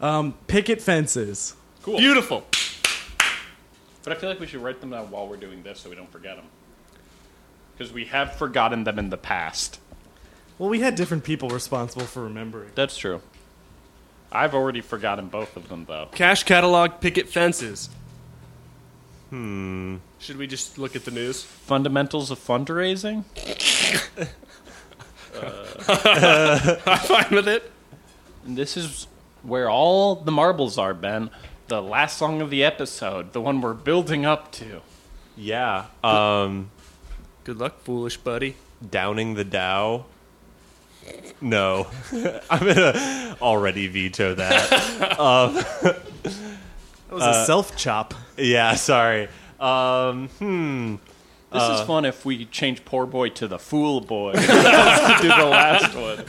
[SPEAKER 9] Um, picket fences.
[SPEAKER 8] Cool.
[SPEAKER 6] Beautiful.
[SPEAKER 8] But I feel like we should write them down while we're doing this so we don't forget them. Because we have forgotten them in the past.
[SPEAKER 9] Well, we had different people responsible for remembering.
[SPEAKER 8] That's true. I've already forgotten both of them, though.
[SPEAKER 6] Cash catalog, picket fences. Hmm.
[SPEAKER 7] Hmm.
[SPEAKER 6] Should we just look at the news?
[SPEAKER 8] Fundamentals of fundraising?
[SPEAKER 6] I'm fine with it.
[SPEAKER 8] And this is where all the marbles are, Ben. The last song of the episode, the one we're building up to.
[SPEAKER 7] yeah. Um,
[SPEAKER 6] Good luck, foolish buddy.
[SPEAKER 7] downing the Dow. No, I'm gonna already veto that.
[SPEAKER 9] That was
[SPEAKER 8] Uh,
[SPEAKER 9] a self chop.
[SPEAKER 7] yeah, sorry. Um, hmm.
[SPEAKER 8] This is fun if we change Poor Boy to the Fool Boy. to do the last one.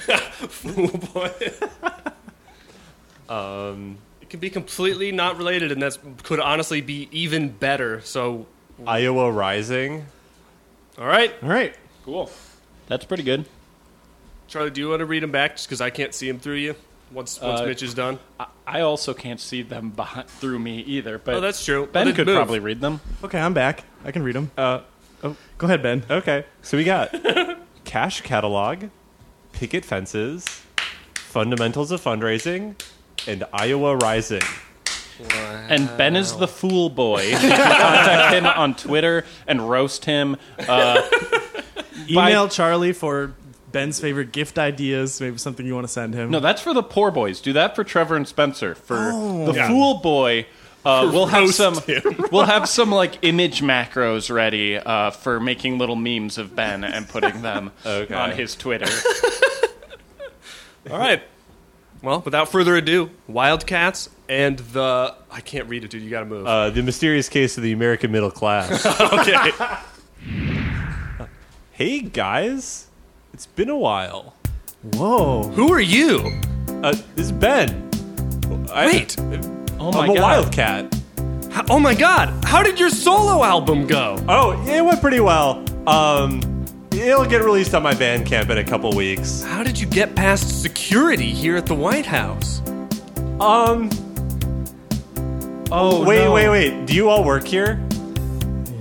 [SPEAKER 6] It could be completely not related, and that could honestly be even better. So,
[SPEAKER 7] Iowa Rising.
[SPEAKER 6] all right,
[SPEAKER 9] All right.
[SPEAKER 8] Cool. That's pretty good.
[SPEAKER 6] Charlie, do you want to read them back? Just because I can't see them through you. Once once
[SPEAKER 8] Uh,
[SPEAKER 6] Mitch is done.
[SPEAKER 8] I, I also can't see them behind, through me either, but
[SPEAKER 6] Oh, that's true. Well,
[SPEAKER 8] Ben
[SPEAKER 6] then
[SPEAKER 8] could
[SPEAKER 6] move.
[SPEAKER 8] probably read them.
[SPEAKER 9] Okay, I'm back. I can read them.
[SPEAKER 7] Uh,
[SPEAKER 9] Go ahead, Ben.
[SPEAKER 7] okay, so we got cash catalog, picket fences, fundamentals of fundraising, and Iowa Rising.
[SPEAKER 8] And Ben is the Fool Boy. You can contact him on Twitter and roast him. Uh,
[SPEAKER 9] Email Charlie for Ben's favorite gift ideas. Maybe something you want to send him.
[SPEAKER 8] No, that's for the poor boys. Do that for Trevor and Spencer. For the fool boy, uh, we'll have some. we'll have some like image macros ready uh, for making little memes of Ben and putting them
[SPEAKER 7] Okay.
[SPEAKER 8] on his Twitter.
[SPEAKER 6] All right. Well, without further ado, Wildcats and the I can't read it, dude. You got to move.
[SPEAKER 7] Uh, the mysterious case of the American middle class.
[SPEAKER 6] okay.
[SPEAKER 7] hey guys, it's been a while.
[SPEAKER 9] Whoa.
[SPEAKER 6] Who are you?
[SPEAKER 7] Uh, this is Ben. I,
[SPEAKER 6] Wait.
[SPEAKER 8] Oh
[SPEAKER 7] I'm
[SPEAKER 8] my
[SPEAKER 7] a
[SPEAKER 8] god!
[SPEAKER 7] wildcat.
[SPEAKER 6] How- oh my God! How did your solo album go?
[SPEAKER 7] Oh, yeah, it went pretty well. Um, it'll get released on my Bandcamp in a couple weeks.
[SPEAKER 6] How did you get past security here at the White House?
[SPEAKER 7] Um. Oh wait, wait, wait. Do you all work here?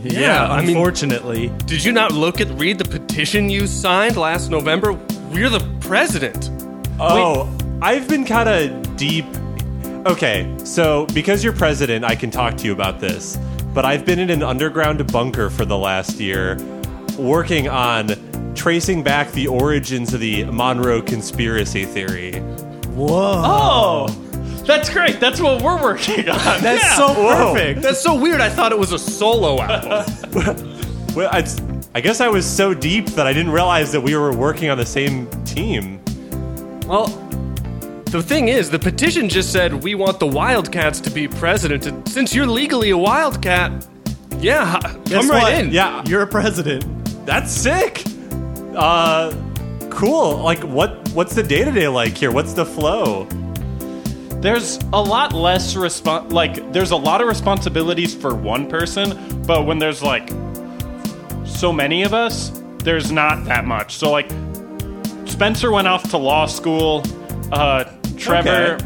[SPEAKER 6] Yeah,
[SPEAKER 9] Unfortunately,
[SPEAKER 6] did you not look at read the petition you signed last November? We're the president.
[SPEAKER 7] Oh, I've been kind of deep. Okay, so because you're president, I can talk to you about this. But I've been in an underground bunker for the last year, working on tracing back the origins of the Monroe conspiracy theory.
[SPEAKER 8] Oh, that's great. That's what we're working on.
[SPEAKER 9] that's so perfect.
[SPEAKER 6] That's so weird. I thought it was a solo album.
[SPEAKER 7] Well, I, I guess I was so deep that I didn't realize that we were working on the same team.
[SPEAKER 6] well, the thing is, the petition just said we want the Wildcats to be president. And since you're legally a Wildcat, yeah,
[SPEAKER 9] Guess
[SPEAKER 6] come right
[SPEAKER 9] what?
[SPEAKER 6] in.
[SPEAKER 7] Yeah,
[SPEAKER 9] You're a president.
[SPEAKER 7] That's sick. Uh, cool. Like, what? What's the day to day like here? What's the flow?
[SPEAKER 8] There's a lot less respon Like, there's a lot of responsibilities for one person, but when there's like so many of us, there's not that much. So like, Spencer went off to law school. Uh, Trevor,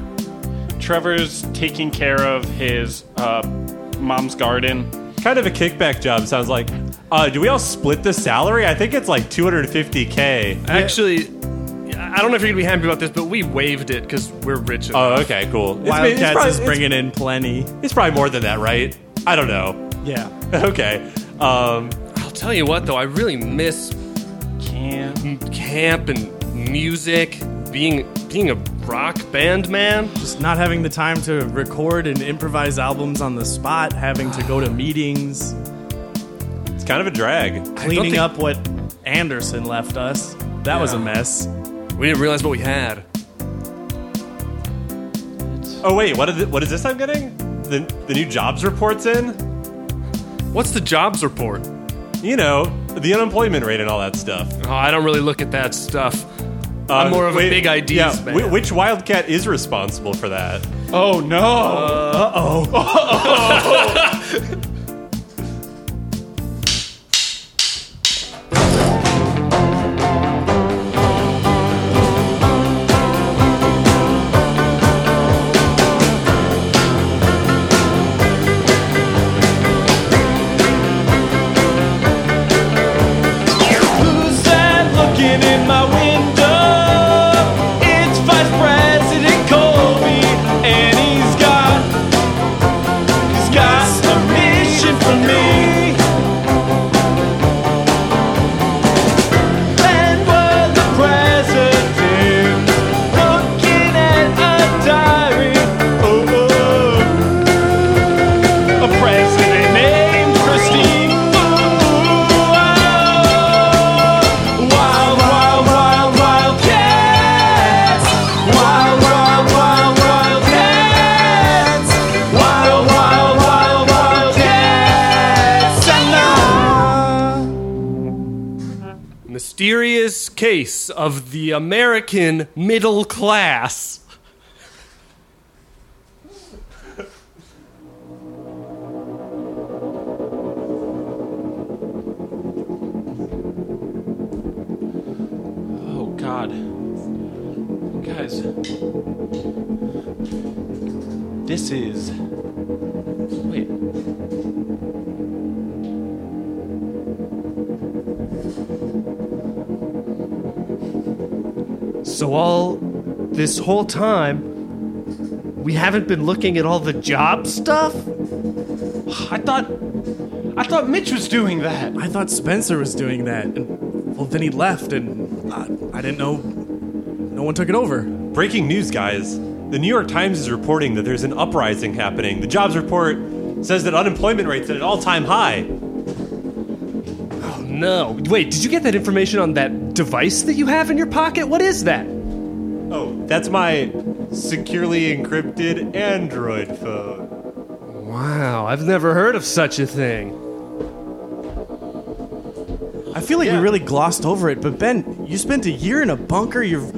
[SPEAKER 8] Trevor's taking care of his uh, mom's garden.
[SPEAKER 7] Kind of a kickback job sounds like. Uh, do we all split the salary? I think it's like 250k.
[SPEAKER 10] Actually, I don't know if you're gonna be happy about this, but we waived it because we're rich. enough.
[SPEAKER 7] Oh, okay, cool. It's- it's
[SPEAKER 9] Wildcats
[SPEAKER 7] probably-
[SPEAKER 9] is
[SPEAKER 7] it's-
[SPEAKER 9] bringing in plenty.
[SPEAKER 7] It's probably more than that, right? I don't know.
[SPEAKER 9] Yeah.
[SPEAKER 7] Okay. Um,
[SPEAKER 10] I'll tell you what, though, I really miss
[SPEAKER 8] Can't.
[SPEAKER 10] camp and music, being being a rock band man.
[SPEAKER 9] Just not having the time to record and improvise albums on the spot, having to go to meetings,
[SPEAKER 7] it's kind of a drag.
[SPEAKER 9] cleaning
[SPEAKER 10] think-
[SPEAKER 9] up what Anderson left us. That was a mess.
[SPEAKER 10] We didn't realize what we had.
[SPEAKER 7] Oh wait, what is it, what is this I'm getting? The the new jobs reports in?
[SPEAKER 10] What's the jobs report?
[SPEAKER 7] You know, the unemployment rate and all that stuff.
[SPEAKER 10] Oh, I don't really look at that stuff.
[SPEAKER 7] Uh,
[SPEAKER 10] I'm more of a big ideas
[SPEAKER 7] yeah,
[SPEAKER 10] man.
[SPEAKER 7] whi- Which Wildcat is responsible for that?
[SPEAKER 8] Oh no!
[SPEAKER 6] Oh,
[SPEAKER 2] Who's that looking in my window? It's Vice President Colby, and he's got he's got a mission for me. When were the presidents looking at a diary? Oh, oh. a president named Christine. Ooh, oh. Wild, wild, wild, wild cats. Wild, wild, wild, wild cats. Wild, wild, wild, wild cats.
[SPEAKER 10] Mysterious case of the American middle class.
[SPEAKER 8] Oh God, guys, this is. Wait.
[SPEAKER 6] So all this whole time, we haven't been looking at all the job stuff.
[SPEAKER 8] I thought I thought Mitch was doing that.
[SPEAKER 9] I thought Spencer was doing that, and well, then he left, and I, I didn't know. No one took it over.
[SPEAKER 7] Breaking news, guys. The New York Times is reporting that there's an uprising happening. The jobs report says that unemployment rate's at an all-time high.
[SPEAKER 6] No. Wait, did you get that information on that device that you have in your pocket? What is that?
[SPEAKER 7] Oh, that's my securely encrypted Android phone.
[SPEAKER 6] Wow, I've never heard of such a thing.
[SPEAKER 9] I feel like we really glossed over it, but Ben, you spent a year in a bunker. You've,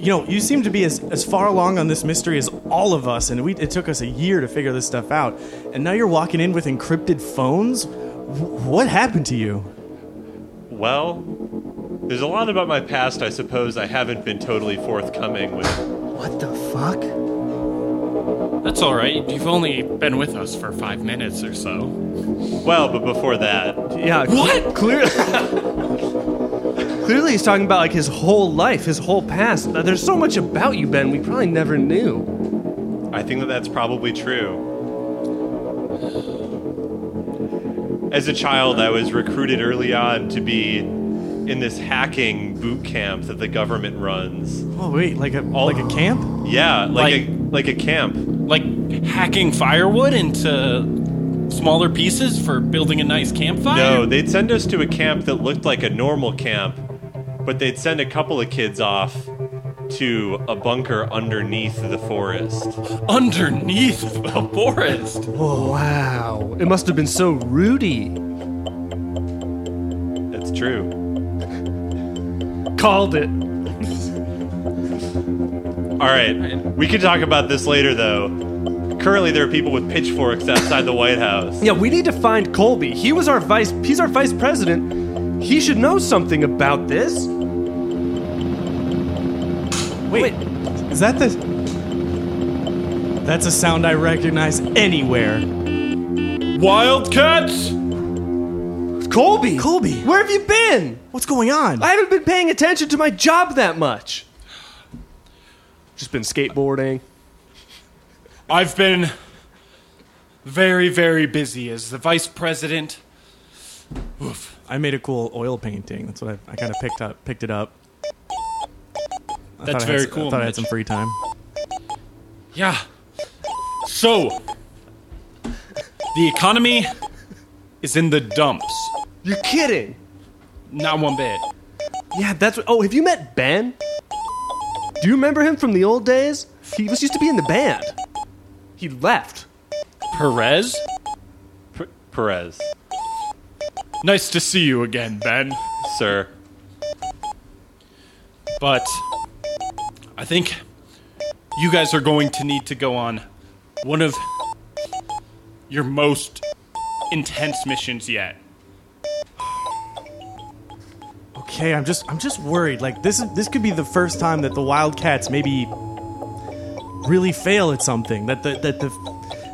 [SPEAKER 9] you know, you seem to be as, as far along on this mystery as all of us, and we, it took us a year to figure this stuff out. And now you're walking in with encrypted phones? Wh- What happened to you?
[SPEAKER 7] Well, there's a lot about my past I suppose I haven't been totally forthcoming with.
[SPEAKER 6] What the fuck?
[SPEAKER 5] That's all right. You've only been with us for five minutes or so.
[SPEAKER 7] Well, but before that,
[SPEAKER 6] Yeah. What? Clearly, clearly, he's talking about like his whole life, his whole past. Now, There's so much about you, Ben. We probably never knew.
[SPEAKER 7] I think that that's probably true. As a child, I was recruited early on to be in this hacking boot camp that the government runs.
[SPEAKER 9] Oh wait, like a like a camp?
[SPEAKER 7] Yeah, like, a like a camp.
[SPEAKER 5] Like hacking firewood into smaller pieces for building a nice campfire.
[SPEAKER 7] No, they'd send us to a camp that looked like a normal camp, but they'd send a couple of kids off to a bunker underneath the forest.
[SPEAKER 5] underneath the forest.
[SPEAKER 6] Oh, wow. It must have been so Rudy.
[SPEAKER 7] That's true.
[SPEAKER 6] Called it.
[SPEAKER 7] All right, we can talk about this later though. Currently, there are people with pitchforks outside the White House.
[SPEAKER 6] Yeah, we need to find Colby. He was our vice. He's our vice president.
[SPEAKER 11] He should know something about this.
[SPEAKER 6] Wait, is that the? That's a sound I recognize anywhere.
[SPEAKER 8] Wildcats!
[SPEAKER 11] Colby!
[SPEAKER 6] Colby,
[SPEAKER 11] Where have you been?
[SPEAKER 6] what's going on?
[SPEAKER 11] I haven't been paying attention to my job that much. Just been skateboarding.
[SPEAKER 8] I've been very, very busy as the vice president.
[SPEAKER 6] I made a cool oil painting. That's what I, I kind of picked up. Picked it up. I
[SPEAKER 8] That's
[SPEAKER 6] thought I had
[SPEAKER 8] very
[SPEAKER 6] s-
[SPEAKER 8] cool,
[SPEAKER 6] I thought I had
[SPEAKER 8] Mitch.
[SPEAKER 6] some free time.
[SPEAKER 8] Yeah. So, the economy is in the dumps.
[SPEAKER 11] You're kidding.
[SPEAKER 8] Not one bit.
[SPEAKER 11] Yeah, that's what. Oh, have you met Ben? Do you remember him from the old days? He was used to be in the band. He left.
[SPEAKER 8] Perez?
[SPEAKER 7] P- Perez,
[SPEAKER 8] Nice to see you again, Ben.
[SPEAKER 7] sir.
[SPEAKER 8] But I think you guys are going to need to go on one of your most intense missions yet.
[SPEAKER 6] Okay, I'm just I'm just worried. Like this is this could be the first time that the Wildcats maybe really fail at something. That the that the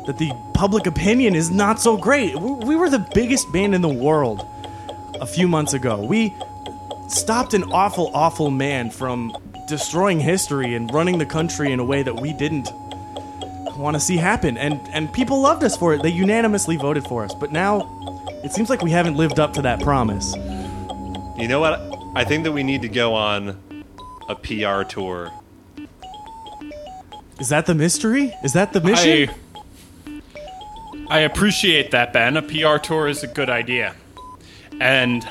[SPEAKER 6] that the public opinion is not so great. We, we were the biggest band in the world a few months ago. We stopped an awful awful man from destroying history and running the country in a way that we didn't want to see happen. And and people loved us for it. They unanimously voted for us. But now it seems like we haven't lived up to that promise.
[SPEAKER 7] You know what? I think that we need to go on a PR tour.
[SPEAKER 6] Is that the mystery? Is that the mission?
[SPEAKER 8] I, I appreciate that, Ben. A PR tour is a good idea. And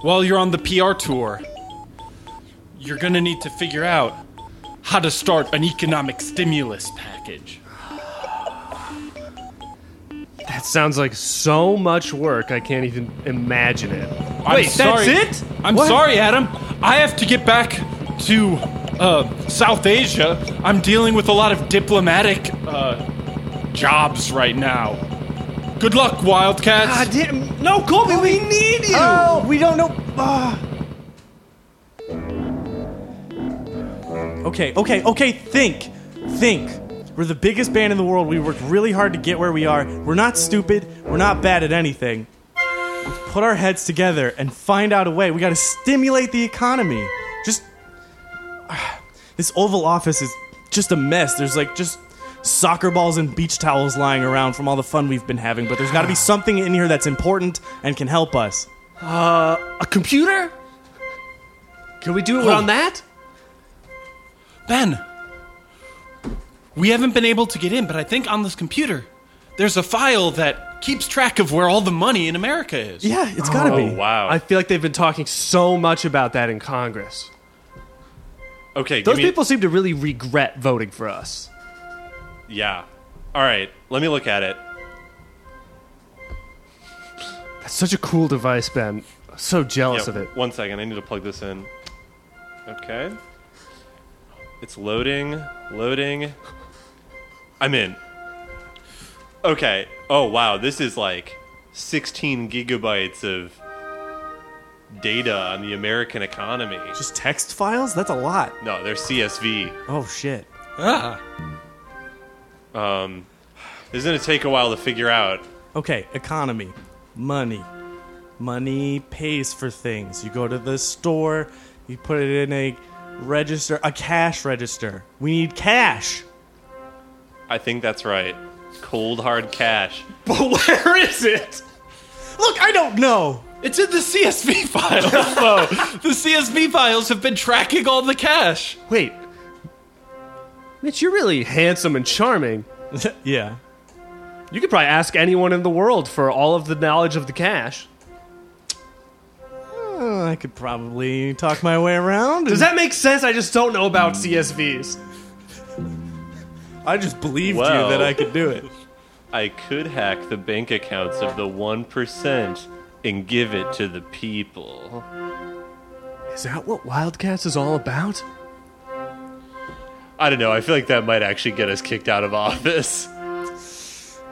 [SPEAKER 8] while you're on the PR tour, you're going to need to figure out how to start an economic stimulus package.
[SPEAKER 11] That sounds like so much work, I can't even imagine it.
[SPEAKER 8] I'm
[SPEAKER 11] Wait, that's
[SPEAKER 8] sorry.
[SPEAKER 11] it?
[SPEAKER 8] I'm
[SPEAKER 11] What?
[SPEAKER 8] sorry, Adam. I have to get back to uh, South Asia. I'm dealing with a lot of diplomatic uh, jobs right now. Good luck, Wildcats.
[SPEAKER 11] damn. No, Colby, we need you!
[SPEAKER 6] Oh, we don't know. Ah. Okay, okay, okay. Think, think. We're the biggest band in the world. We worked really hard to get where we are. We're not stupid. We're not bad at anything. Let's put our heads together and find out a way. We got to stimulate the economy. Just ah, this Oval Office is just a mess. There's like just soccer balls and beach towels lying around from all the fun we've been having. But there's got to be something in here that's important and can help us.
[SPEAKER 11] A computer? Can we do it
[SPEAKER 6] Oh.
[SPEAKER 11] on that?
[SPEAKER 8] Ben, we haven't been able to get in, but I think on this computer, there's a file that keeps track of where all the money in America is.
[SPEAKER 6] Yeah, it's got to
[SPEAKER 11] Oh,
[SPEAKER 6] be.
[SPEAKER 7] Wow.
[SPEAKER 11] I feel like they've been talking so much about that in Congress.
[SPEAKER 7] okay, give
[SPEAKER 11] Those
[SPEAKER 7] me-
[SPEAKER 11] people seem to really regret voting for us.
[SPEAKER 7] Yeah. All right, let me look at it.
[SPEAKER 11] That's such a cool device, Ben. So jealous
[SPEAKER 7] Yeah,
[SPEAKER 11] of it.
[SPEAKER 7] One second, I need to plug this in. Okay. It's loading, loading. I'm in. Okay. Oh wow, this is like 16 gigabytes of data on the American economy.
[SPEAKER 6] Just text files? That's a lot.
[SPEAKER 7] No, they're CSV.
[SPEAKER 6] Oh shit.
[SPEAKER 7] This is gonna Um, take a while to figure out.
[SPEAKER 6] Okay, economy. Money. Money pays for things. You go to the store, you put it in a register, a cash register. We need cash.
[SPEAKER 7] I think that's right. Cold hard cash.
[SPEAKER 8] But where is it?
[SPEAKER 6] Look, I don't know.
[SPEAKER 8] It's in the CSV files, though. the CSV files have been tracking all the cash.
[SPEAKER 11] Wait. Mitch, you're really handsome and charming.
[SPEAKER 6] yeah.
[SPEAKER 11] You could probably ask anyone in the world for all of the knowledge of the cash.
[SPEAKER 6] Uh, I could probably talk my way around.
[SPEAKER 11] Does that make sense? I just don't know about CSVs.
[SPEAKER 6] I just believed
[SPEAKER 7] Wow.
[SPEAKER 6] you that I could do it.
[SPEAKER 7] I could hack the bank accounts of the 1% and give it to the people.
[SPEAKER 11] Is that what Wildcats is all about?
[SPEAKER 7] I don't know. I feel like that might actually get us kicked out of office.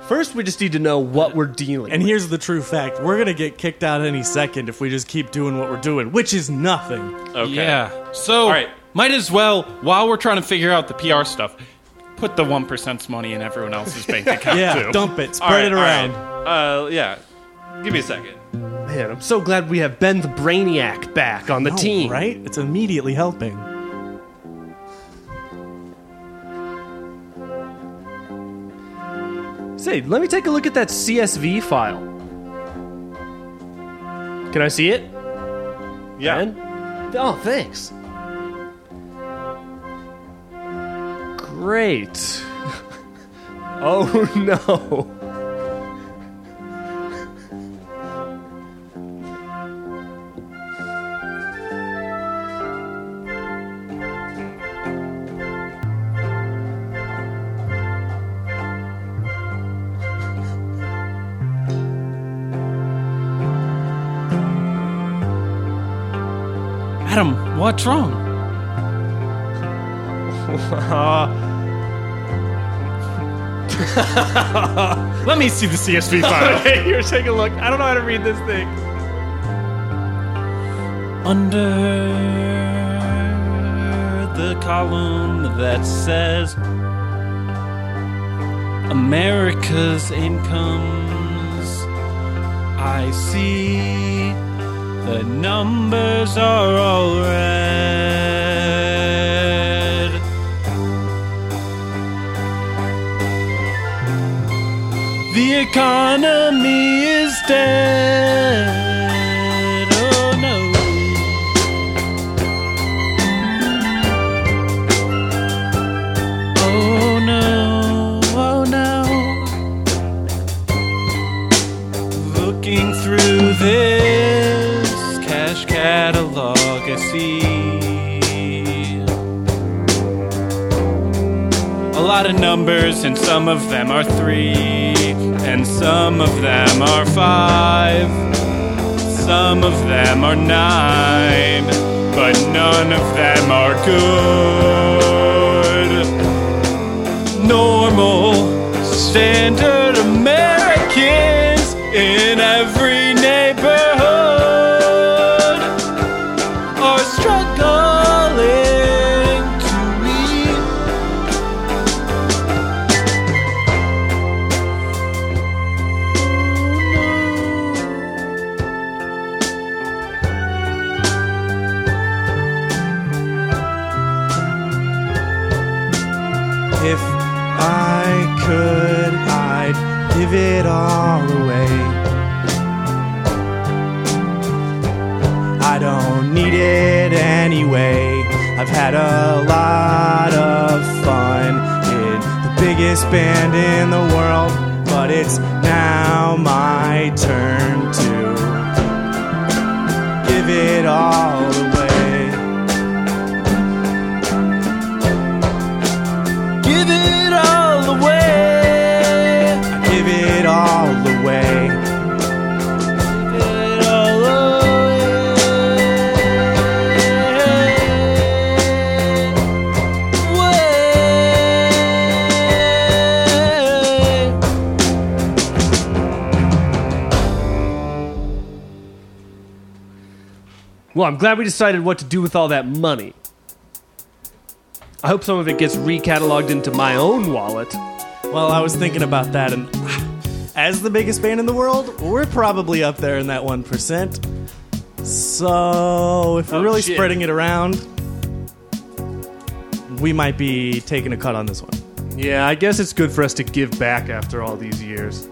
[SPEAKER 6] First, we just need to know what we're dealing.
[SPEAKER 12] And here's the true fact: we're gonna get kicked out any second if we just keep doing what we're doing, which is nothing.
[SPEAKER 13] Okay.
[SPEAKER 8] Yeah. So,
[SPEAKER 13] All right.
[SPEAKER 8] might as well, while we're trying to figure out the PR stuff, put the 1%'s money in everyone else's bank account,
[SPEAKER 12] Yeah,
[SPEAKER 8] too.
[SPEAKER 12] dump it,
[SPEAKER 13] All
[SPEAKER 12] spread it
[SPEAKER 13] all
[SPEAKER 12] around.
[SPEAKER 13] right. Uh, yeah. Give me a second.
[SPEAKER 6] with. Man, I'm so glad we have Ben the Brainiac back on the
[SPEAKER 12] Oh,
[SPEAKER 6] team.
[SPEAKER 12] right? It's immediately helping.
[SPEAKER 6] Say, let me take a look at that CSV file. Can I see it?
[SPEAKER 13] Yeah.
[SPEAKER 6] Ben? Oh, thanks. Great. oh no.
[SPEAKER 8] Adam, what's wrong?
[SPEAKER 13] Let me see the CSV file.
[SPEAKER 6] Here, take a look. I don't know how to read this thing.
[SPEAKER 8] Under the column that says America's incomes, I see the numbers are all red. The economy is dead. Oh no. Oh no. Oh no. Looking through this cash catalog, I see a lot of numbers, and some of them are three, and some of them are five, some of them are nine, but none of them are good. Normal, standard Americans in every neighborhood are struggling to eat.
[SPEAKER 12] If I could, I'd give it all away. I don't need it anyway. I've had a lot of fun in the biggest band in the world, but it's now my turn to give it all away.
[SPEAKER 8] Give it all away.
[SPEAKER 12] I give it all away.
[SPEAKER 8] Give it all away.
[SPEAKER 6] Well, I'm glad we decided what to do with all that money. I hope some of it gets recataloged into my own wallet.
[SPEAKER 12] Well, I was thinking about that, and as the biggest band in the world, we're probably up there in that 1%. So, if we're really
[SPEAKER 13] shit.
[SPEAKER 12] spreading it around, we might be taking a cut on this one.
[SPEAKER 6] Yeah, I guess it's good for us to give back after all these years.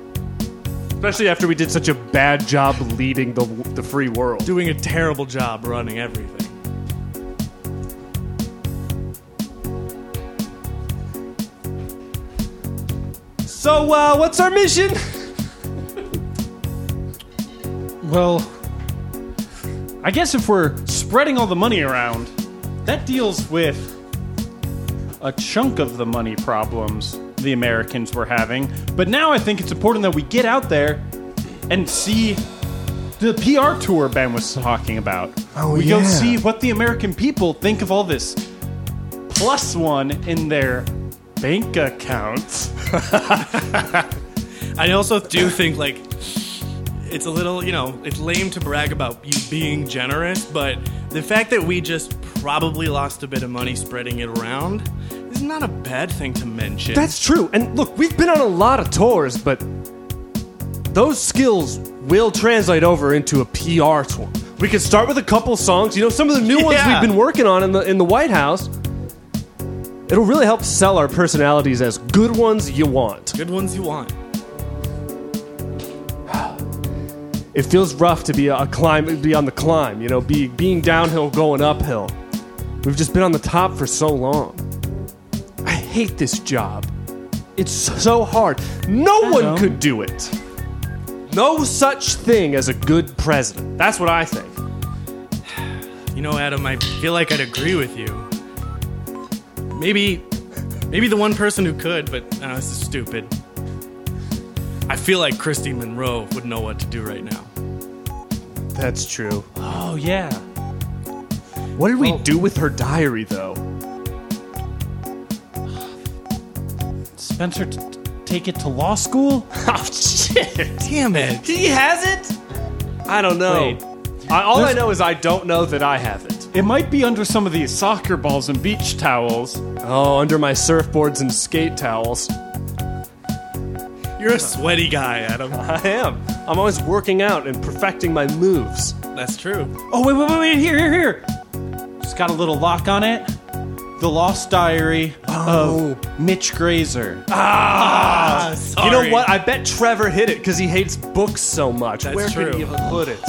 [SPEAKER 6] Especially after we did such a bad job leading the, the free world.
[SPEAKER 12] Doing a terrible job running everything.
[SPEAKER 6] So, uh, what's our mission?
[SPEAKER 13] Well, I guess if we're spreading all the money around, that deals with a chunk of the money problems the Americans were having. But now I think it's important that we get out there and see the PR tour Ben was talking about. Oh, we go
[SPEAKER 12] yeah.
[SPEAKER 13] see what the American people think of all this plus one in their bank accounts.
[SPEAKER 12] I also do think like it's a little, you know, it's lame to brag about you being generous, but the fact that we just probably lost a bit of money spreading it around is not a bad thing to mention.
[SPEAKER 6] That's true. And look, we've been on a lot of tours, but those skills will translate over into a PR tour. We could start with a couple songs. You know, some of the new ones
[SPEAKER 12] Yeah.
[SPEAKER 6] we've been working on in the in the White House. It'll really help sell our personalities as good ones you want.
[SPEAKER 12] good ones you want.
[SPEAKER 6] It feels rough to be a climb, be on the climb. You know, be being downhill, going uphill. We've just been on the top for so long. I hate this job. It's so hard. No one
[SPEAKER 12] know.
[SPEAKER 6] could do it. No such thing as a good president. That's what I think.
[SPEAKER 12] You know, Adam, I feel like I'd agree with you. Maybe, maybe the one person who could, but I know this is stupid. I feel like Christy Monroe would know what to do right now.
[SPEAKER 6] That's true.
[SPEAKER 12] Oh yeah.
[SPEAKER 6] What did we Oh. do with her diary, though?
[SPEAKER 8] Spencer, t- t- take it to law school?
[SPEAKER 6] Oh shit!
[SPEAKER 12] Damn it.
[SPEAKER 6] He has it. I don't know. I, all I
[SPEAKER 8] There's-
[SPEAKER 6] know is I don't know that I have it.
[SPEAKER 8] It might be under some of these soccer balls and beach towels.
[SPEAKER 6] Oh, under my surfboards and skate towels.
[SPEAKER 12] You're a sweaty guy, Adam.
[SPEAKER 6] I am. I'm always working out and perfecting my moves.
[SPEAKER 12] That's true.
[SPEAKER 8] Oh, wait, wait, wait, wait, here, here, here. Just got a little lock on it. The Lost Diary
[SPEAKER 12] Oh.
[SPEAKER 8] of Mitch Grazer.
[SPEAKER 12] Ah, Sorry.
[SPEAKER 6] You know what? I bet Trevor hid it because he hates books so much.
[SPEAKER 12] That's
[SPEAKER 6] Where
[SPEAKER 12] true.
[SPEAKER 6] could he have put it?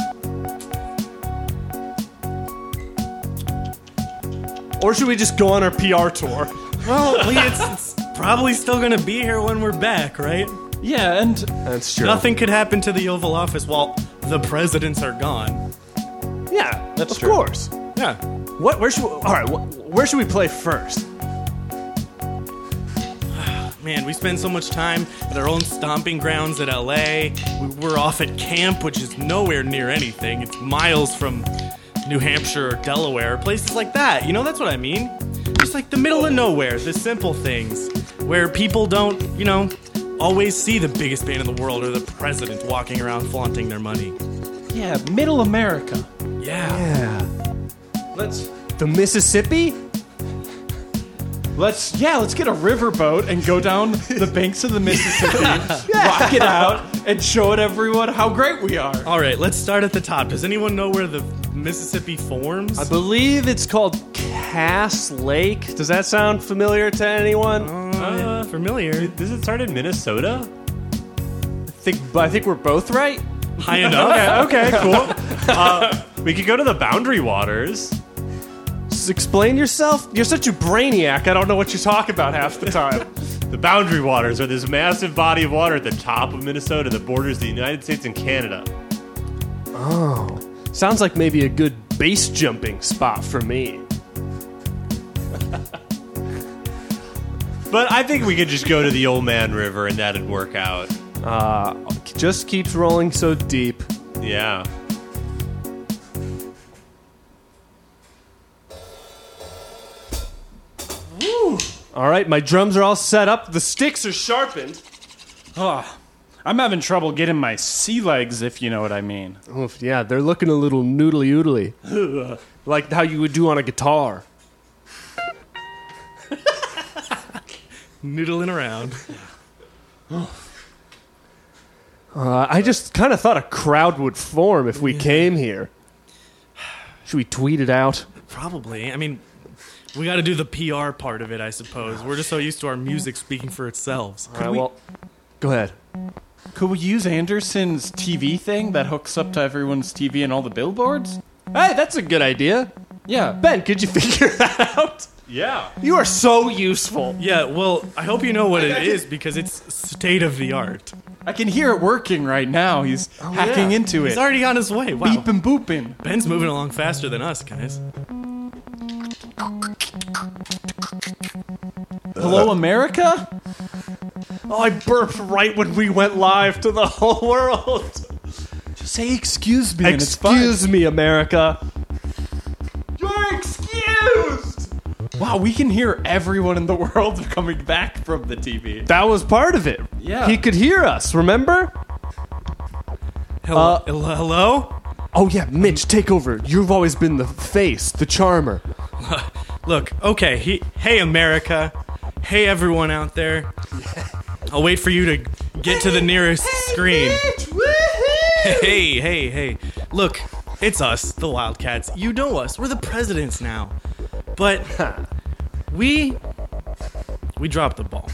[SPEAKER 6] Or should we just go on our PR tour?
[SPEAKER 12] Well, Lee, it's, it's probably still gonna be here when we're back, right?
[SPEAKER 8] Yeah, and
[SPEAKER 6] That's true.
[SPEAKER 12] Nothing could happen to the Oval Office while the presidents are gone.
[SPEAKER 6] Yeah,
[SPEAKER 8] That's
[SPEAKER 6] of
[SPEAKER 8] true.
[SPEAKER 6] course.
[SPEAKER 12] Yeah.
[SPEAKER 6] What? Where should? We, all right. Wh- where should we play first?
[SPEAKER 12] Man, we spend so much time at our own stomping grounds at LA. We- We're off at camp, which is nowhere near anything. It's miles from New Hampshire or Delaware, places like that. You know, that's what I mean. Just like the middle of nowhere, the simple things where people don't, you know, always see the biggest band in the world or the president walking around flaunting their money.
[SPEAKER 8] yeah, Middle America.
[SPEAKER 12] Yeah.
[SPEAKER 6] Yeah.
[SPEAKER 8] Let's
[SPEAKER 6] The Mississippi.
[SPEAKER 8] let's yeah, let's get a riverboat and go down the banks of the Mississippi, rock it out, and show it everyone how great we are.
[SPEAKER 12] All right, let's start at the top. Does anyone know where the Mississippi forms?
[SPEAKER 6] I believe it's called Cass Lake. Does that sound familiar to anyone?
[SPEAKER 12] Uh, familiar.
[SPEAKER 7] Does it start in Minnesota?
[SPEAKER 6] think, I think we're both right.
[SPEAKER 12] High enough.
[SPEAKER 7] Yeah, okay, cool. Uh, we could go to the Boundary Waters.
[SPEAKER 6] S- Explain yourself. You're such a brainiac. I don't know what you talk about half the time.
[SPEAKER 7] The Boundary Waters are this massive body of water at the top of Minnesota that borders the United States and Canada.
[SPEAKER 6] Sounds like maybe a good base jumping spot for me.
[SPEAKER 7] But I think we could just go to the Old Man River and that'd work out.
[SPEAKER 6] Uh, just keeps rolling so deep.
[SPEAKER 7] Yeah.
[SPEAKER 6] All right, my drums are all set up. The sticks are sharpened.
[SPEAKER 8] Oh, I'm having trouble getting my sea legs, if you know what I mean.
[SPEAKER 6] Oof, yeah, they're looking a little noodly oodly. like how you would do on a guitar.
[SPEAKER 12] Noodling around.
[SPEAKER 6] Uh, I just kind of thought a crowd would form if we came here. Should we tweet it out?
[SPEAKER 12] Probably. I mean, we got to do the PR part of it, I suppose. We're just so used to our music speaking for itself.
[SPEAKER 6] All right, well, go ahead.
[SPEAKER 8] Could we use Anderson's TV thing that hooks up to everyone's TV and all the billboards?
[SPEAKER 6] Hey, that's a good idea.
[SPEAKER 8] Yeah.
[SPEAKER 6] Ben, could you figure that out?
[SPEAKER 7] Yeah.
[SPEAKER 6] You are so useful.
[SPEAKER 12] Yeah, well, I hope you know what it is because it's state of the art.
[SPEAKER 8] I can hear it working right now. He's hacking into it.
[SPEAKER 12] He's already on his way. Wow.
[SPEAKER 8] Beeping booping.
[SPEAKER 12] Ben's moving along faster than us, guys.
[SPEAKER 8] Hello, America?
[SPEAKER 6] Oh, I burped right when we went live to the whole world.
[SPEAKER 8] Say excuse me.
[SPEAKER 6] Excuse me, America.
[SPEAKER 8] You're excused. Wow, we can hear everyone in the world coming back from the TV.
[SPEAKER 6] That was part of it.
[SPEAKER 12] Yeah.
[SPEAKER 6] He could hear us, remember? Uh,
[SPEAKER 12] Hello? hello?
[SPEAKER 6] Oh, yeah, Mitch, take over. You've always been the face, the charmer.
[SPEAKER 12] Look, okay. He, hey, America. Hey, everyone out there. I'll wait for you to get to the nearest screen. Hey, hey, hey. Look, it's us, the Wildcats. You know us. We're the presidents now. But we we dropped the ball.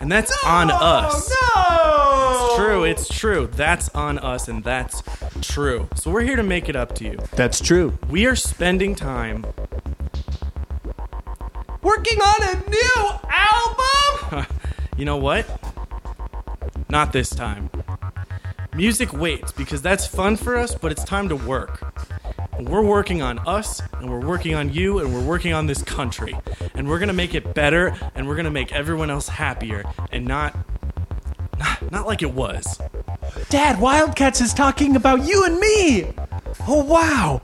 [SPEAKER 12] And that's on us.
[SPEAKER 2] No!
[SPEAKER 12] It's true, it's true. That's on us and that's true. So we're here to make it up to you.
[SPEAKER 6] That's true.
[SPEAKER 12] We are spending time
[SPEAKER 2] Working on a new album?
[SPEAKER 12] you know what? Not this time. Music waits because that's fun for us, but it's time to work. And we're working on us, and we're working on you, and we're working on this country. And we're gonna make it better, and we're gonna make everyone else happier, and not, not, not like it was.
[SPEAKER 2] Dad, Wildcats is talking about you and me!
[SPEAKER 6] Oh, wow.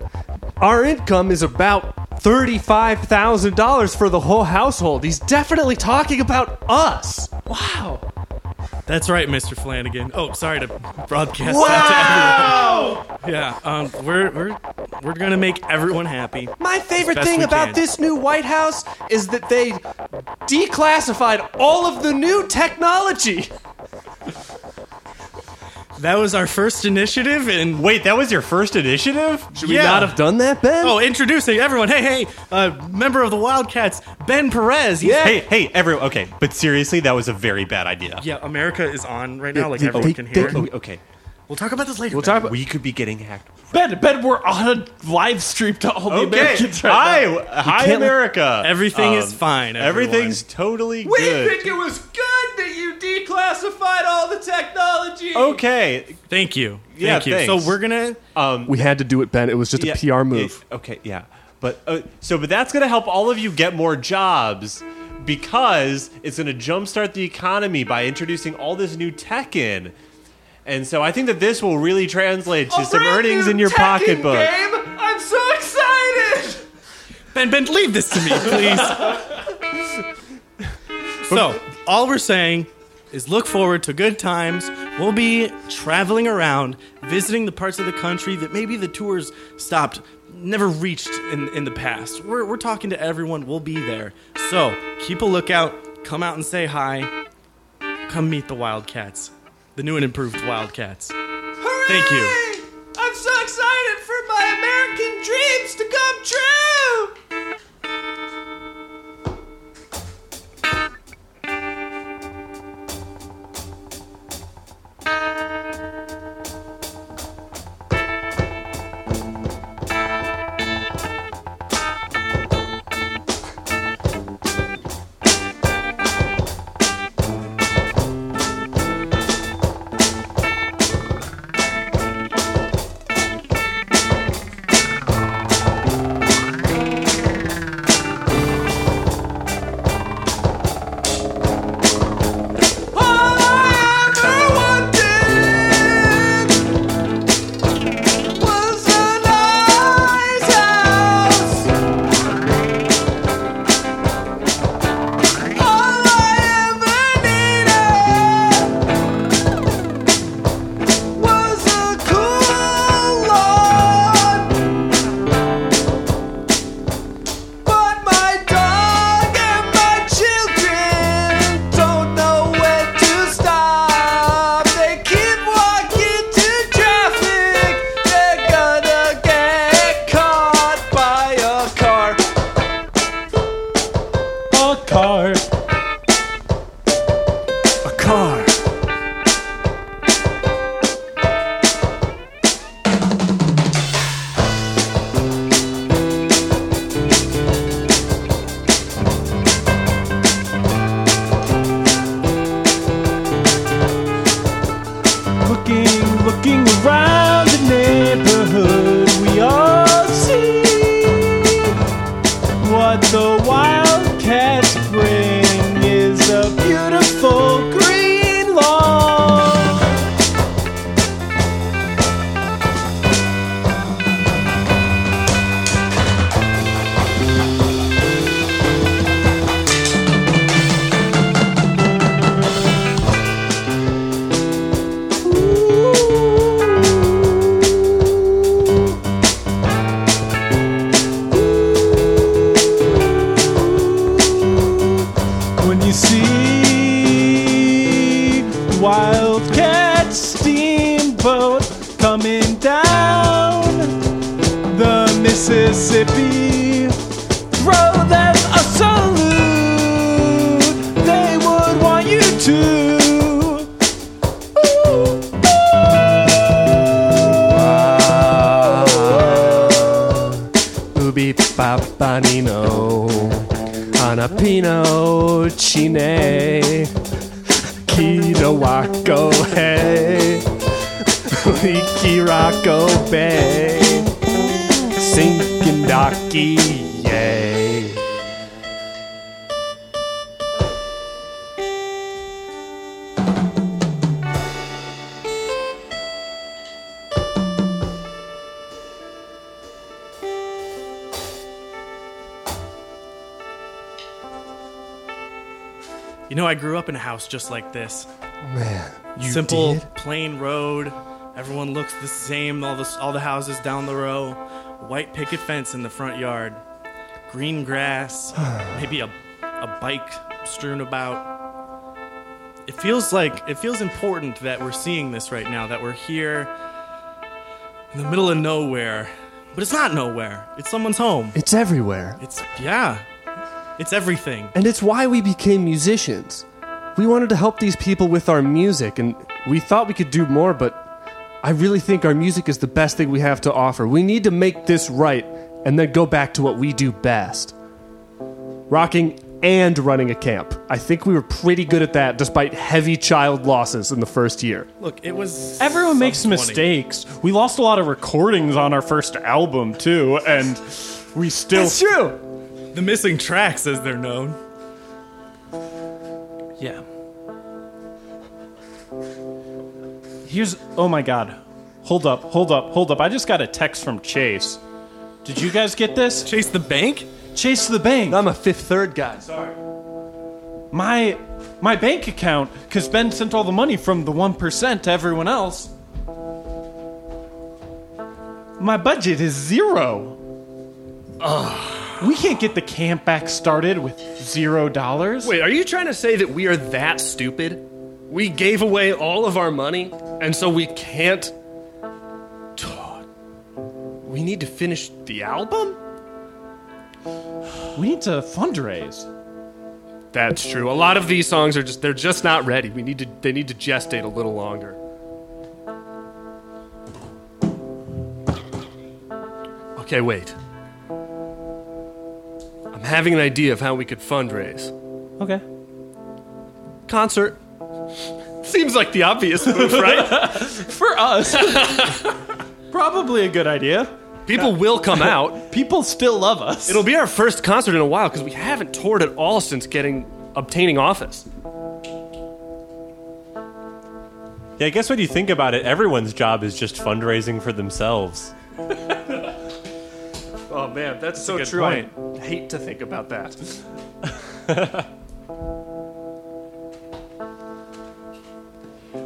[SPEAKER 6] Our income is about $35,000 for the whole household. He's definitely talking about us. Wow.
[SPEAKER 12] That's right, Mr. Flanagan. Oh, sorry to broadcast
[SPEAKER 2] Wow!
[SPEAKER 12] that to everyone. Yeah, um, we're we're we're gonna make everyone happy.
[SPEAKER 2] My favorite
[SPEAKER 12] Best
[SPEAKER 2] thing
[SPEAKER 12] we
[SPEAKER 2] about
[SPEAKER 12] can.
[SPEAKER 2] this new White House is that they declassified all of the new technology.
[SPEAKER 12] That was our first initiative, and
[SPEAKER 7] Wait, that was your first initiative?
[SPEAKER 12] Should we Yeah. not have
[SPEAKER 6] done that, Ben?
[SPEAKER 12] Oh, introducing everyone. Hey, hey, uh, member of the Wildcats, Ben Perez. He's-
[SPEAKER 7] Hey, hey, everyone. Okay, but seriously, that was a very bad idea.
[SPEAKER 12] Yeah, America is on right now. Like,
[SPEAKER 7] Oh,
[SPEAKER 12] everyone can hear.
[SPEAKER 7] oh, okay.
[SPEAKER 12] We'll talk about this later.
[SPEAKER 7] We'll
[SPEAKER 12] Ben.
[SPEAKER 7] talk about. We could be getting hacked.
[SPEAKER 5] Ben, Ben, we're on a live stream to all the Americans right now.
[SPEAKER 7] hi, hi,
[SPEAKER 5] can't-
[SPEAKER 7] America.
[SPEAKER 12] Everything is fine, everyone.
[SPEAKER 7] Everything's totally
[SPEAKER 2] We
[SPEAKER 7] good.
[SPEAKER 2] think it was good that you declassified all the technology.
[SPEAKER 7] Okay.
[SPEAKER 12] Thank you.
[SPEAKER 7] Yeah,
[SPEAKER 12] Thank you.
[SPEAKER 7] thanks.
[SPEAKER 12] So we're gonna.
[SPEAKER 7] Um,
[SPEAKER 6] We had to do it, Ben. It was just a PR move.
[SPEAKER 7] it- okay, yeah. But uh, so, but that's gonna help all of you get more jobs because it's gonna jumpstart the economy by introducing all this new tech in. And so I think that this will really translate to some earnings in your pocketbook.
[SPEAKER 2] I'm so excited.
[SPEAKER 12] Ben, Ben, leave this to me, please. so, all we're saying is look forward to good times. We'll be traveling around, visiting the parts of the country that maybe the tours stopped, never reached in, in the past. We're, we're talking to everyone. We'll be there. So, keep a lookout. Come out and say hi. Come meet the Wildcats, the new and improved Wildcats. Thank you.
[SPEAKER 2] I'm so excited for my American dreams to come true. But my dog and my children don't know where to stop. They keep walking to traffic. They're gonna get caught by a car.
[SPEAKER 5] A car.
[SPEAKER 6] A car.
[SPEAKER 5] Looking, looking around the neighborhood, we all see what the wildcats bring is a beautiful green lawn.
[SPEAKER 2] Wildcat steamboat coming down the Mississippi. Throw them a salute. They would want you to.
[SPEAKER 6] Ubi Papanino Anapino Chine Kitawako Hey Likirako Bay Sinkindaki Yay
[SPEAKER 12] You know, I grew up in a house just like this.
[SPEAKER 2] Man, you
[SPEAKER 12] simple,
[SPEAKER 2] did?
[SPEAKER 12] plain road. Everyone looks the same. All the all the houses down the row. White picket fence in the front yard. Green grass. maybe a a bike strewn about. It feels like it feels important that we're seeing this right now. That we're here in the middle of nowhere. But it's not nowhere. It's someone's home.
[SPEAKER 14] It's everywhere.
[SPEAKER 12] It's yeah. It's everything.
[SPEAKER 6] And it's why we became musicians. We wanted to help these people with our music, and we thought we could do more, but I really think our music is the best thing we have to offer. We need to make this right and then go back to what we do best rocking and running a camp. I think we were pretty good at that despite heavy child losses in the first year.
[SPEAKER 12] Look, it was.
[SPEAKER 8] Everyone makes mistakes. We lost a lot of recordings on our first album too, and we still.
[SPEAKER 12] That's
[SPEAKER 6] true.
[SPEAKER 12] The missing tracks, as they're known. Yeah.
[SPEAKER 8] Here's. Oh my god. Hold up, hold up, hold up. I just got a text from Chase. Did you guys get this?
[SPEAKER 12] Chase the bank?
[SPEAKER 8] Chase the bank.
[SPEAKER 6] I'm a fifth third guy.
[SPEAKER 8] Sorry. My my bank account, because Ben sent all the money from the one percent to everyone else. My budget is zero. Ugh. We can't get the camp back started with zero dollars.
[SPEAKER 15] Wait, are you trying to say that we are that stupid? We gave away all of our money, and so we can't. We need to finish the album?
[SPEAKER 8] We need to fundraise.
[SPEAKER 15] That's true. A lot of these songs are just they're just not ready. We need to they need to gestate a little longer. Okay, wait. I'm having an idea of how we could fundraise.
[SPEAKER 8] Okay.
[SPEAKER 15] Concert. Seems like the obvious move, right?
[SPEAKER 8] For us. Probably a good idea.
[SPEAKER 15] People will come out.
[SPEAKER 8] People still love us.
[SPEAKER 15] It'll be our first concert in a while because we haven't toured at all since getting obtaining office.
[SPEAKER 7] Yeah, I guess when you think about it, everyone's job is just fundraising for themselves.
[SPEAKER 15] Oh man, that's, so
[SPEAKER 7] good
[SPEAKER 15] true.
[SPEAKER 7] point.
[SPEAKER 15] I hate to think about that.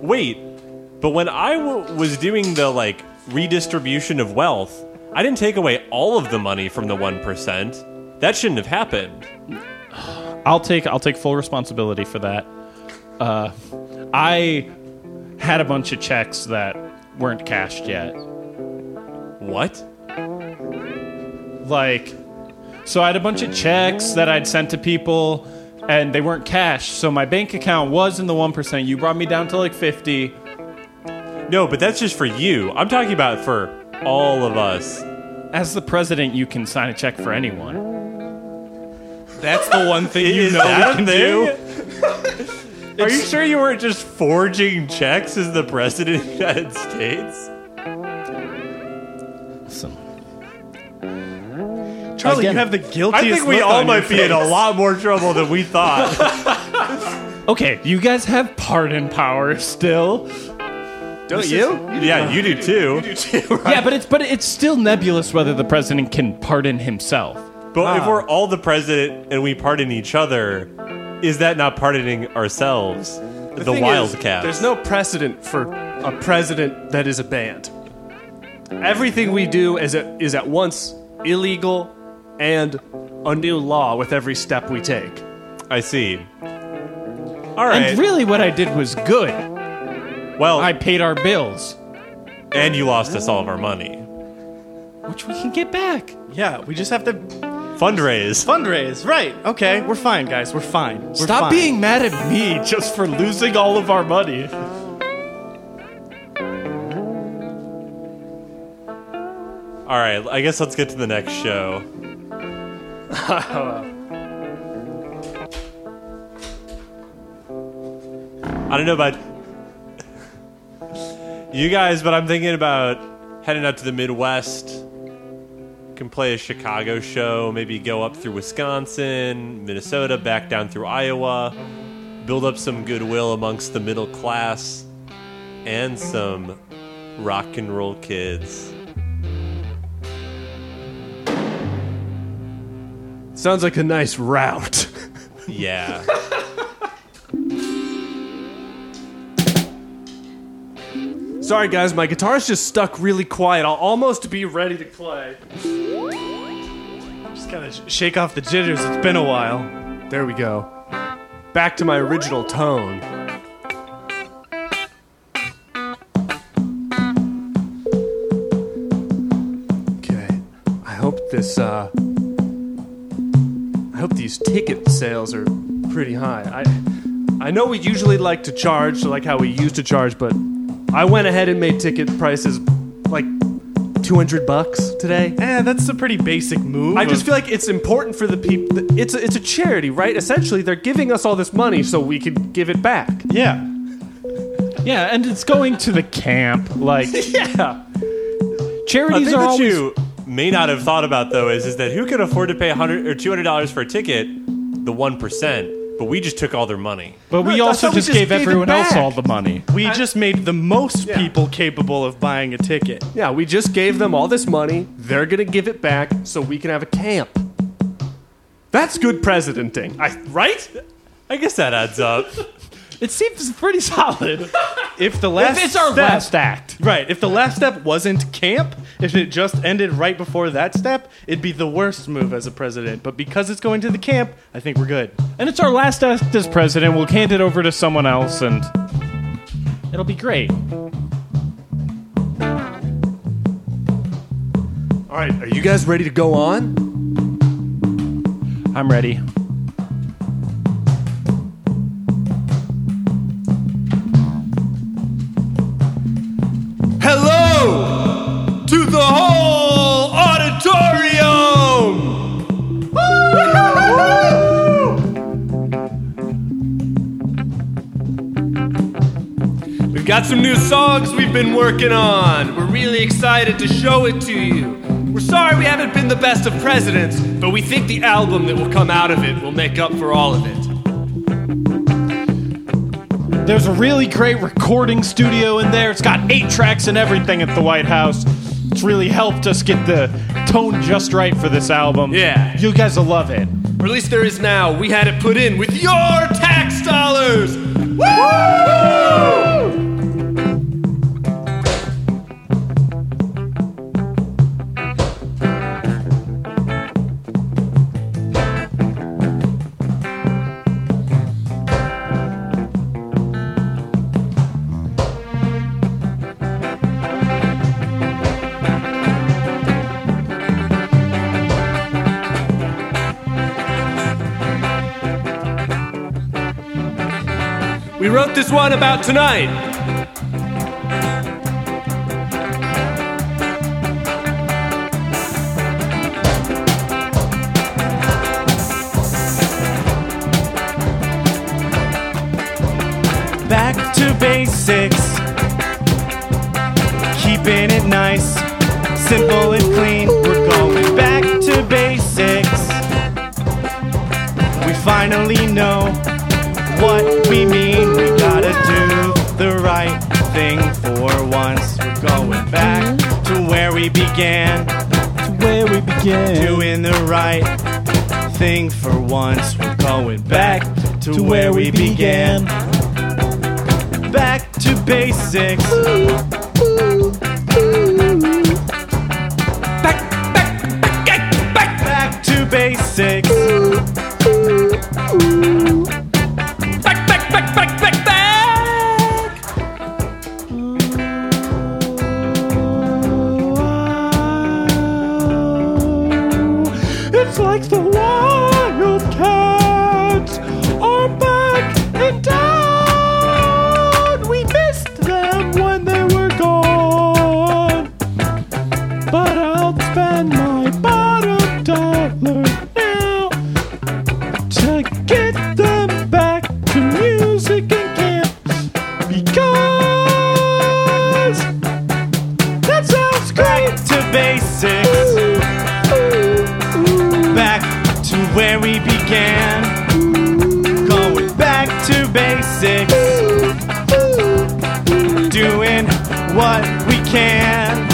[SPEAKER 7] Wait, but when I w- was doing the like redistribution of wealth, I didn't take away all of the money from the 1%. That shouldn't have happened.
[SPEAKER 8] I'll take I'll take full responsibility for that. Uh, I had a bunch of checks that weren't cashed yet.
[SPEAKER 7] What?
[SPEAKER 8] Like, so I had a bunch of checks that I'd sent to people, and they weren't cashed. So my bank account was in the one percent. You brought me down to like fifty.
[SPEAKER 7] No, but that's just for you. I'm talking about for all of us.
[SPEAKER 8] As the president, you can sign a check for anyone.
[SPEAKER 12] That's the one thing
[SPEAKER 7] Is
[SPEAKER 12] you know
[SPEAKER 7] that
[SPEAKER 12] we can
[SPEAKER 7] a
[SPEAKER 12] do.
[SPEAKER 7] thing? Are you sure you weren't just forging checks as the president of the United States?
[SPEAKER 12] Charlie, you have the guiltiest.
[SPEAKER 7] I think we
[SPEAKER 12] look
[SPEAKER 7] all
[SPEAKER 12] on
[SPEAKER 7] might
[SPEAKER 12] your
[SPEAKER 7] be in a
[SPEAKER 12] face.
[SPEAKER 7] lot more trouble than we thought.
[SPEAKER 8] Okay, you guys have pardon power still.
[SPEAKER 15] Don't you?
[SPEAKER 7] yeah, you do too.
[SPEAKER 8] Yeah, but it's but it's still nebulous whether the president can pardon himself.
[SPEAKER 7] But if we're all the president and we pardon each other, is that not pardoning ourselves? The,
[SPEAKER 15] thing is,
[SPEAKER 7] Wildcat.
[SPEAKER 15] There's no precedent for a president that is a band. Everything we do is at, is at once illegal and a new law with every step we take.
[SPEAKER 7] I see. All right.
[SPEAKER 8] And really, what I did was good.
[SPEAKER 7] Well,
[SPEAKER 8] I paid our bills.
[SPEAKER 7] And you lost us all of our money.
[SPEAKER 8] Which we can get back.
[SPEAKER 12] Yeah, we just have to
[SPEAKER 7] Fundraise.
[SPEAKER 12] fundraise. Right. Okay, we're fine, guys. We're fine. We're
[SPEAKER 8] Stop
[SPEAKER 12] fine.
[SPEAKER 8] being mad at me just for losing all of our money.
[SPEAKER 7] All right, I guess let's get to the next show. I don't know about you guys, but I'm thinking about heading out to the Midwest. Can play a Chicago show, maybe go up through Wisconsin, Minnesota, back down through Iowa, build up some goodwill amongst the middle class and some rock and roll kids.
[SPEAKER 6] Sounds like a nice route.
[SPEAKER 7] Yeah.
[SPEAKER 6] Sorry, guys, my guitar's just stuck really quiet. I'll almost be ready to play.
[SPEAKER 12] Just gotta sh- shake off the jitters. It's been a while.
[SPEAKER 6] There we go. Back to my original tone. Okay. I hope this uh I hope these ticket sales are pretty high. I I know we usually like to charge like how we used to charge, but I went ahead and made ticket prices like 200 bucks today.
[SPEAKER 12] Eh, that's a pretty basic move.
[SPEAKER 6] I just feel like it's important for the people. It's a, it's a charity, right? Essentially, they're giving us all this money so we could give it back.
[SPEAKER 12] yeah.
[SPEAKER 8] Yeah, and it's going to the camp. Like,
[SPEAKER 6] Yeah.
[SPEAKER 7] A
[SPEAKER 8] charities
[SPEAKER 7] thing
[SPEAKER 8] are
[SPEAKER 7] that
[SPEAKER 8] always.
[SPEAKER 7] you may not have thought about though is is that who can afford to pay hundred or two hundred dollars for a ticket? The one percent. But we just took all their money.
[SPEAKER 8] But we
[SPEAKER 12] No, that's
[SPEAKER 8] also
[SPEAKER 12] how we
[SPEAKER 8] just
[SPEAKER 12] just
[SPEAKER 8] gave
[SPEAKER 12] gave it
[SPEAKER 8] everyone else
[SPEAKER 12] back.
[SPEAKER 8] all the money.
[SPEAKER 12] We just made the most people capable of buying a ticket.
[SPEAKER 6] Yeah, we just gave them all this money. They're going to give it back so we can have a camp. That's good presidenting. I, right?
[SPEAKER 7] I guess that adds up.
[SPEAKER 8] It seems pretty solid.
[SPEAKER 12] If the last
[SPEAKER 8] it's our
[SPEAKER 12] step,
[SPEAKER 8] last act.
[SPEAKER 12] right? If the last step wasn't camp, if it just ended right before that step, it'd be the worst move as a president. But because it's going to the camp, I think we're good.
[SPEAKER 8] And it's our last act as president. We'll hand it over to someone else and it'll be great.
[SPEAKER 6] All right, are you guys ready to go on?
[SPEAKER 8] I'm ready.
[SPEAKER 16] Hello to the whole auditorium! We've got some new songs we've been working on. We're really excited to show it to you. We're sorry we haven't been the best of presidents, but we think the album that will come out of it will make up for all of it.
[SPEAKER 8] There's a really great recording studio in there. It's got eight tracks and everything at the White House. It's really helped us get the tone just right for this album.
[SPEAKER 16] Yeah.
[SPEAKER 8] You guys will love it.
[SPEAKER 16] Or at least there is now. We had it put in with your tax dollars! We wrote this one about tonight.
[SPEAKER 12] Back to basics. Keeping it nice, simple and clean. We're going back to basics. We finally know what we mean. We gotta do the right thing for once. We're going back to where we began.
[SPEAKER 8] Where we begin.
[SPEAKER 12] Doing the right thing for once. We're going back to, where, we began. Back to basics. Back, back, back, back, back, back to basics. Back, back, back, back, back, back.
[SPEAKER 17] basics. Back to where we began. Going back to basics. Doing what we can.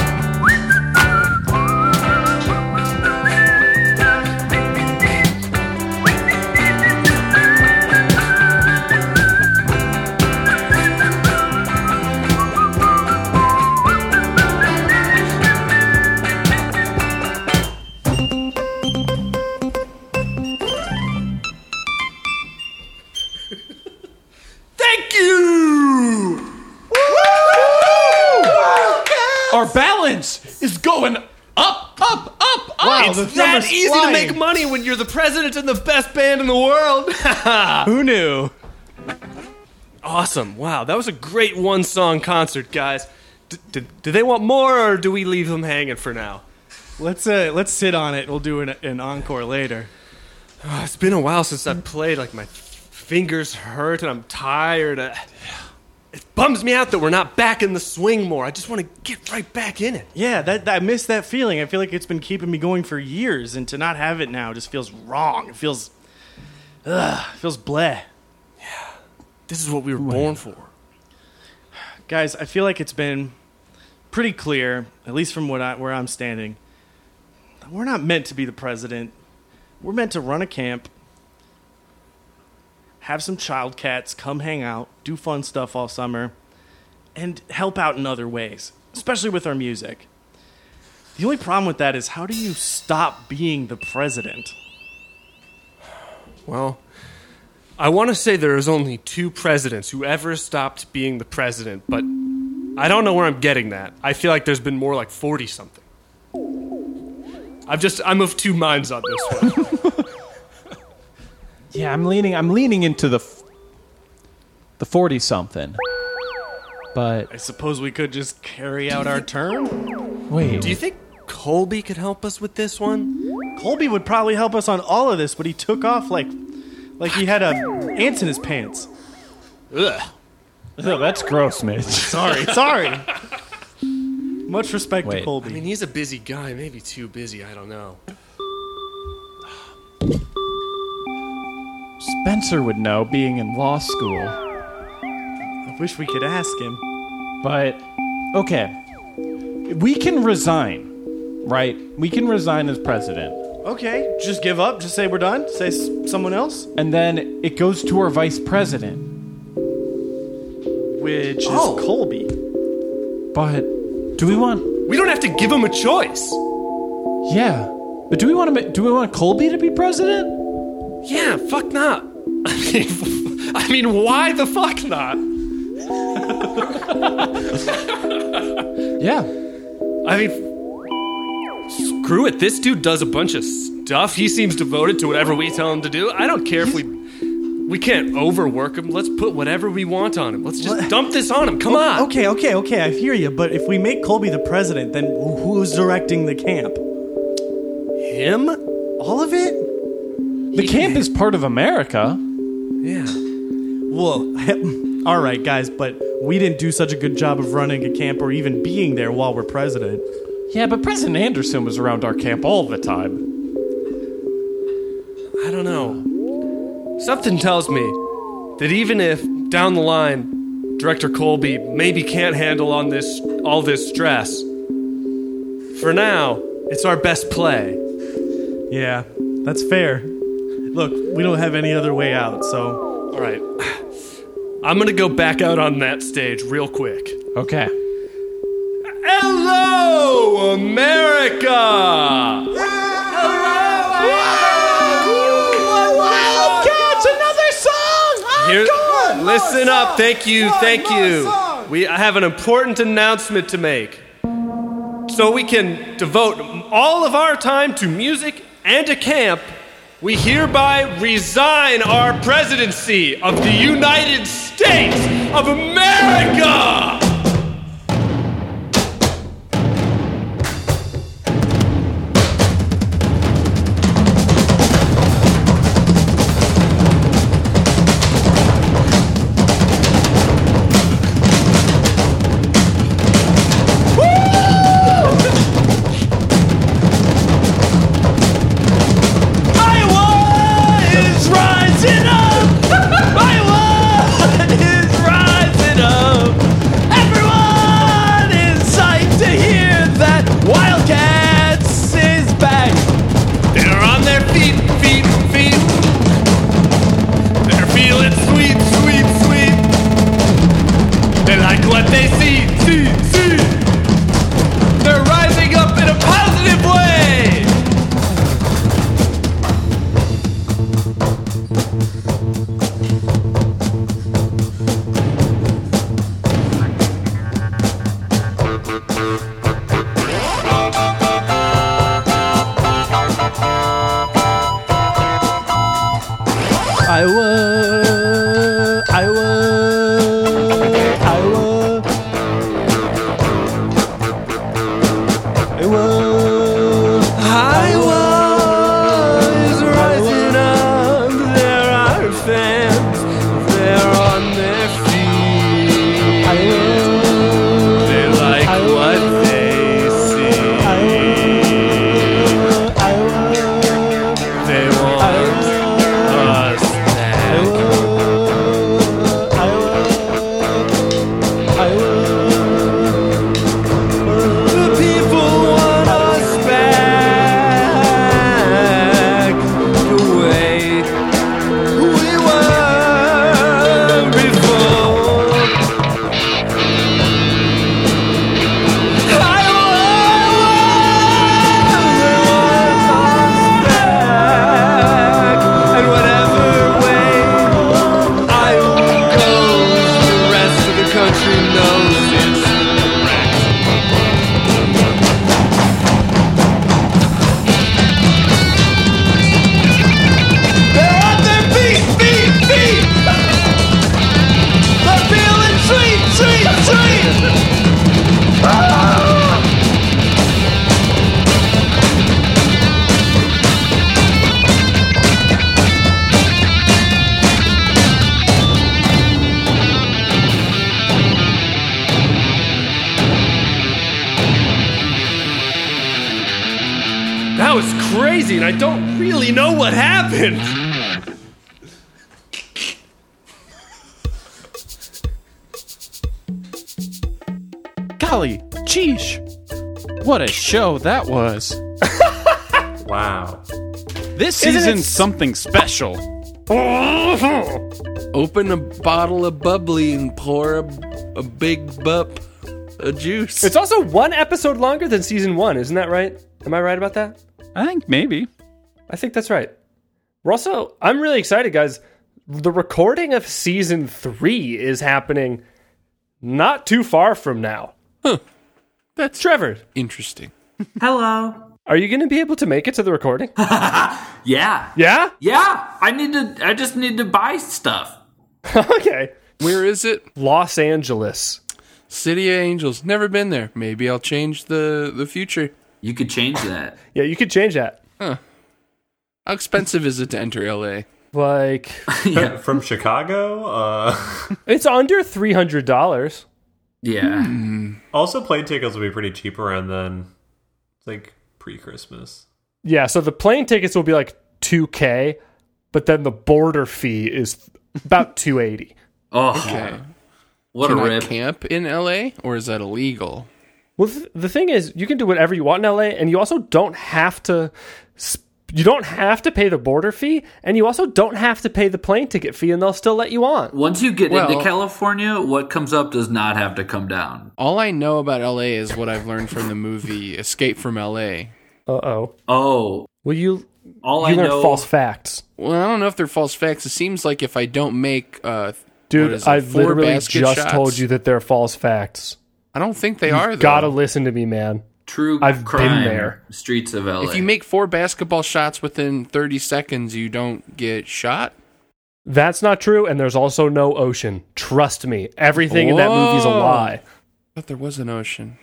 [SPEAKER 18] Thank you! Our balance is going up, up, up, up.
[SPEAKER 17] Wow,
[SPEAKER 18] it's
[SPEAKER 17] the
[SPEAKER 18] that
[SPEAKER 17] number's
[SPEAKER 18] easy
[SPEAKER 17] flying.
[SPEAKER 18] to make money when you're the president and the best band in the world.
[SPEAKER 12] Who knew?
[SPEAKER 6] Awesome. Wow, that was a great one song concert, guys. D- d- do they want more or do we leave them hanging for now?
[SPEAKER 12] Let's uh, let's sit on it. We'll do an, an encore later.
[SPEAKER 6] Oh, it's been a while since I've played. Like, my f- fingers hurt and I'm tired. Uh, it bums me out that we're not back in the swing more. I just want to get right back in it.
[SPEAKER 12] Yeah, that, that I miss that feeling. I feel like it's been keeping me going for years, and to not have it now just feels wrong. It feels, ugh, it feels bleh.
[SPEAKER 6] This is what we were born for.
[SPEAKER 12] Guys, I feel like it's been pretty clear, at least from what I, where I'm standing, that we're not meant to be the president. We're meant to run a camp, have some child cats come hang out, do fun stuff all summer, and help out in other ways, especially with our music. The only problem with that is how do you stop being the president?
[SPEAKER 6] Well, I want to say there is only two presidents who ever stopped being the president, but I don't know where I'm getting that. I feel like there's been more like 40 something. I've just I'm of two minds on this one.
[SPEAKER 8] Yeah, I'm leaning. I'm leaning into the f- the forty something. But
[SPEAKER 12] I suppose we could just carry out our turn.
[SPEAKER 8] Wait.
[SPEAKER 6] Do you think Colby could help us with this one?
[SPEAKER 12] Colby would probably help us on all of this, but he took off like like he had a ants in his pants.
[SPEAKER 8] Ugh. that's gross, Mitch.
[SPEAKER 12] Sorry, sorry. Much respect
[SPEAKER 8] Wait.
[SPEAKER 12] to Colby.
[SPEAKER 6] I mean, he's a busy guy, maybe too busy, I don't know.
[SPEAKER 8] Spencer would know, being in law school.
[SPEAKER 12] I wish we could ask him.
[SPEAKER 8] But okay, we can resign, right? We can resign as president,
[SPEAKER 12] Okay, just give up. Just say we're done. Say s- someone else,
[SPEAKER 8] and then it goes to our vice president.
[SPEAKER 12] which is
[SPEAKER 6] Oh!
[SPEAKER 12] Colby.
[SPEAKER 8] But do we want?
[SPEAKER 6] We don't have to give him a choice.
[SPEAKER 8] Yeah, but do we want to? Do we want Colby to be president?
[SPEAKER 6] Yeah, fuck not. I mean, I mean why the fuck not?
[SPEAKER 8] Yeah.
[SPEAKER 6] I mean, screw it. This dude does a bunch of stuff. He seems devoted to whatever we tell him to do. I don't care if we we can't overwork him. Let's put whatever we want on him. Let's just dump this on him. Come
[SPEAKER 12] O-
[SPEAKER 6] on.
[SPEAKER 12] Okay, okay, okay. I hear you, but if we make Colby the president, then wh- who's directing the camp?
[SPEAKER 6] Him?
[SPEAKER 12] All of it?
[SPEAKER 8] The camp is part of America.
[SPEAKER 6] Yeah.
[SPEAKER 12] Well, all right, guys, but we didn't do such a good job of running a camp or even being there while we're president.
[SPEAKER 8] Yeah, but President Anderson was around our camp all the time.
[SPEAKER 6] I don't know. Something tells me that even if down the line Director Colby maybe can't handle on this all this stress, for now, it's our best play.
[SPEAKER 12] Yeah, that's fair. Look, we don't have any other way out, so
[SPEAKER 6] All right. I'm going to go back out on that stage real quick.
[SPEAKER 8] Okay.
[SPEAKER 6] Hello, America!
[SPEAKER 17] Wildcats, another song!
[SPEAKER 6] Here- listen up. Thank you. Thank you. We I have an important announcement to make. So we can devote all of our time to music and a camp. We hereby resign our presidency of the United States of America.
[SPEAKER 14] They like what they see, see, see. They're rising up in a positive way.
[SPEAKER 2] Iowa, Iowa, Iowa. Iowa, Iowa is rising up. There are fans. They're on their feet. They like what they see. They want us back. The people want us back the way we were before. I want back, and whatever way I go, the rest of the country knows it's correct. They're on their feet, feet, feet. They're feeling sweet, sweet, sweet. Ah!
[SPEAKER 6] That was crazy, and I don't really know what happened.
[SPEAKER 3] Golly, sheesh. What a show that was. wow. This
[SPEAKER 5] Isn't
[SPEAKER 3] season
[SPEAKER 5] it-
[SPEAKER 3] something special.
[SPEAKER 5] Open a bottle of bubbly and pour a, a big bup of juice.
[SPEAKER 6] It's also one episode longer than season one, isn't that right? Am I right about that?
[SPEAKER 3] I think maybe.
[SPEAKER 6] I think that's right. We're also, I'm really excited, guys. The recording of season three is happening not too far from now. Huh. That's Trevor.
[SPEAKER 5] Interesting.
[SPEAKER 4] Hello.
[SPEAKER 6] Are you going to be able to make it to the recording?
[SPEAKER 4] Yeah.
[SPEAKER 6] Yeah?
[SPEAKER 4] Yeah. I need to. I just need to buy stuff.
[SPEAKER 6] okay.
[SPEAKER 5] Where is it?
[SPEAKER 6] Los Angeles.
[SPEAKER 5] City of Angels. Never been there. Maybe I'll change the the future.
[SPEAKER 4] You could change that.
[SPEAKER 6] yeah, you could change that.
[SPEAKER 5] Huh. How expensive is it to enter LA?
[SPEAKER 6] Like,
[SPEAKER 7] Yeah, from Chicago. Uh,
[SPEAKER 6] it's under $300.
[SPEAKER 4] Yeah.
[SPEAKER 5] Hmm.
[SPEAKER 7] Also, plane tickets will be pretty cheap around then. It's like pre-Christmas.
[SPEAKER 6] Yeah, so the plane tickets will be like 2K, but then the border fee is about 280.
[SPEAKER 4] Oh,
[SPEAKER 5] okay.
[SPEAKER 4] What
[SPEAKER 5] Can
[SPEAKER 6] a
[SPEAKER 5] I
[SPEAKER 6] rip.
[SPEAKER 5] camp in LA, or is that illegal?
[SPEAKER 6] Well, th- the thing is, you can do whatever you want in LA, and you also don't have to. Sp- you don't have to pay the border fee, and you also don't have to pay the plane ticket fee, and they'll still let you on.
[SPEAKER 4] Once you get
[SPEAKER 6] Well-
[SPEAKER 4] into California, what comes up does not have to come down.
[SPEAKER 5] All I know about LA is what I've learned from the movie Escape from LA.
[SPEAKER 6] Uh oh.
[SPEAKER 4] Oh.
[SPEAKER 6] Will you?
[SPEAKER 5] All
[SPEAKER 6] you
[SPEAKER 5] I
[SPEAKER 6] learned
[SPEAKER 5] know-
[SPEAKER 6] false facts.
[SPEAKER 5] Well, I don't know if they're false facts. It seems like if I don't make, uh, what
[SPEAKER 6] Dude,
[SPEAKER 5] is it,
[SPEAKER 6] I
[SPEAKER 5] four
[SPEAKER 6] literally
[SPEAKER 5] basket
[SPEAKER 6] just
[SPEAKER 5] shots-
[SPEAKER 6] told you that they're false facts.
[SPEAKER 5] I don't think they
[SPEAKER 6] You've
[SPEAKER 5] are. Though.
[SPEAKER 6] Gotta listen to me, man.
[SPEAKER 4] True
[SPEAKER 6] I've
[SPEAKER 5] crime.
[SPEAKER 6] been there.
[SPEAKER 4] Streets of LA.
[SPEAKER 5] If you make four basketball shots within 30 seconds, you don't get shot.
[SPEAKER 6] That's not true, and there's also no ocean. Trust me, everything in that movie's a
[SPEAKER 5] Whoa.
[SPEAKER 6] lie.
[SPEAKER 5] But there was an ocean.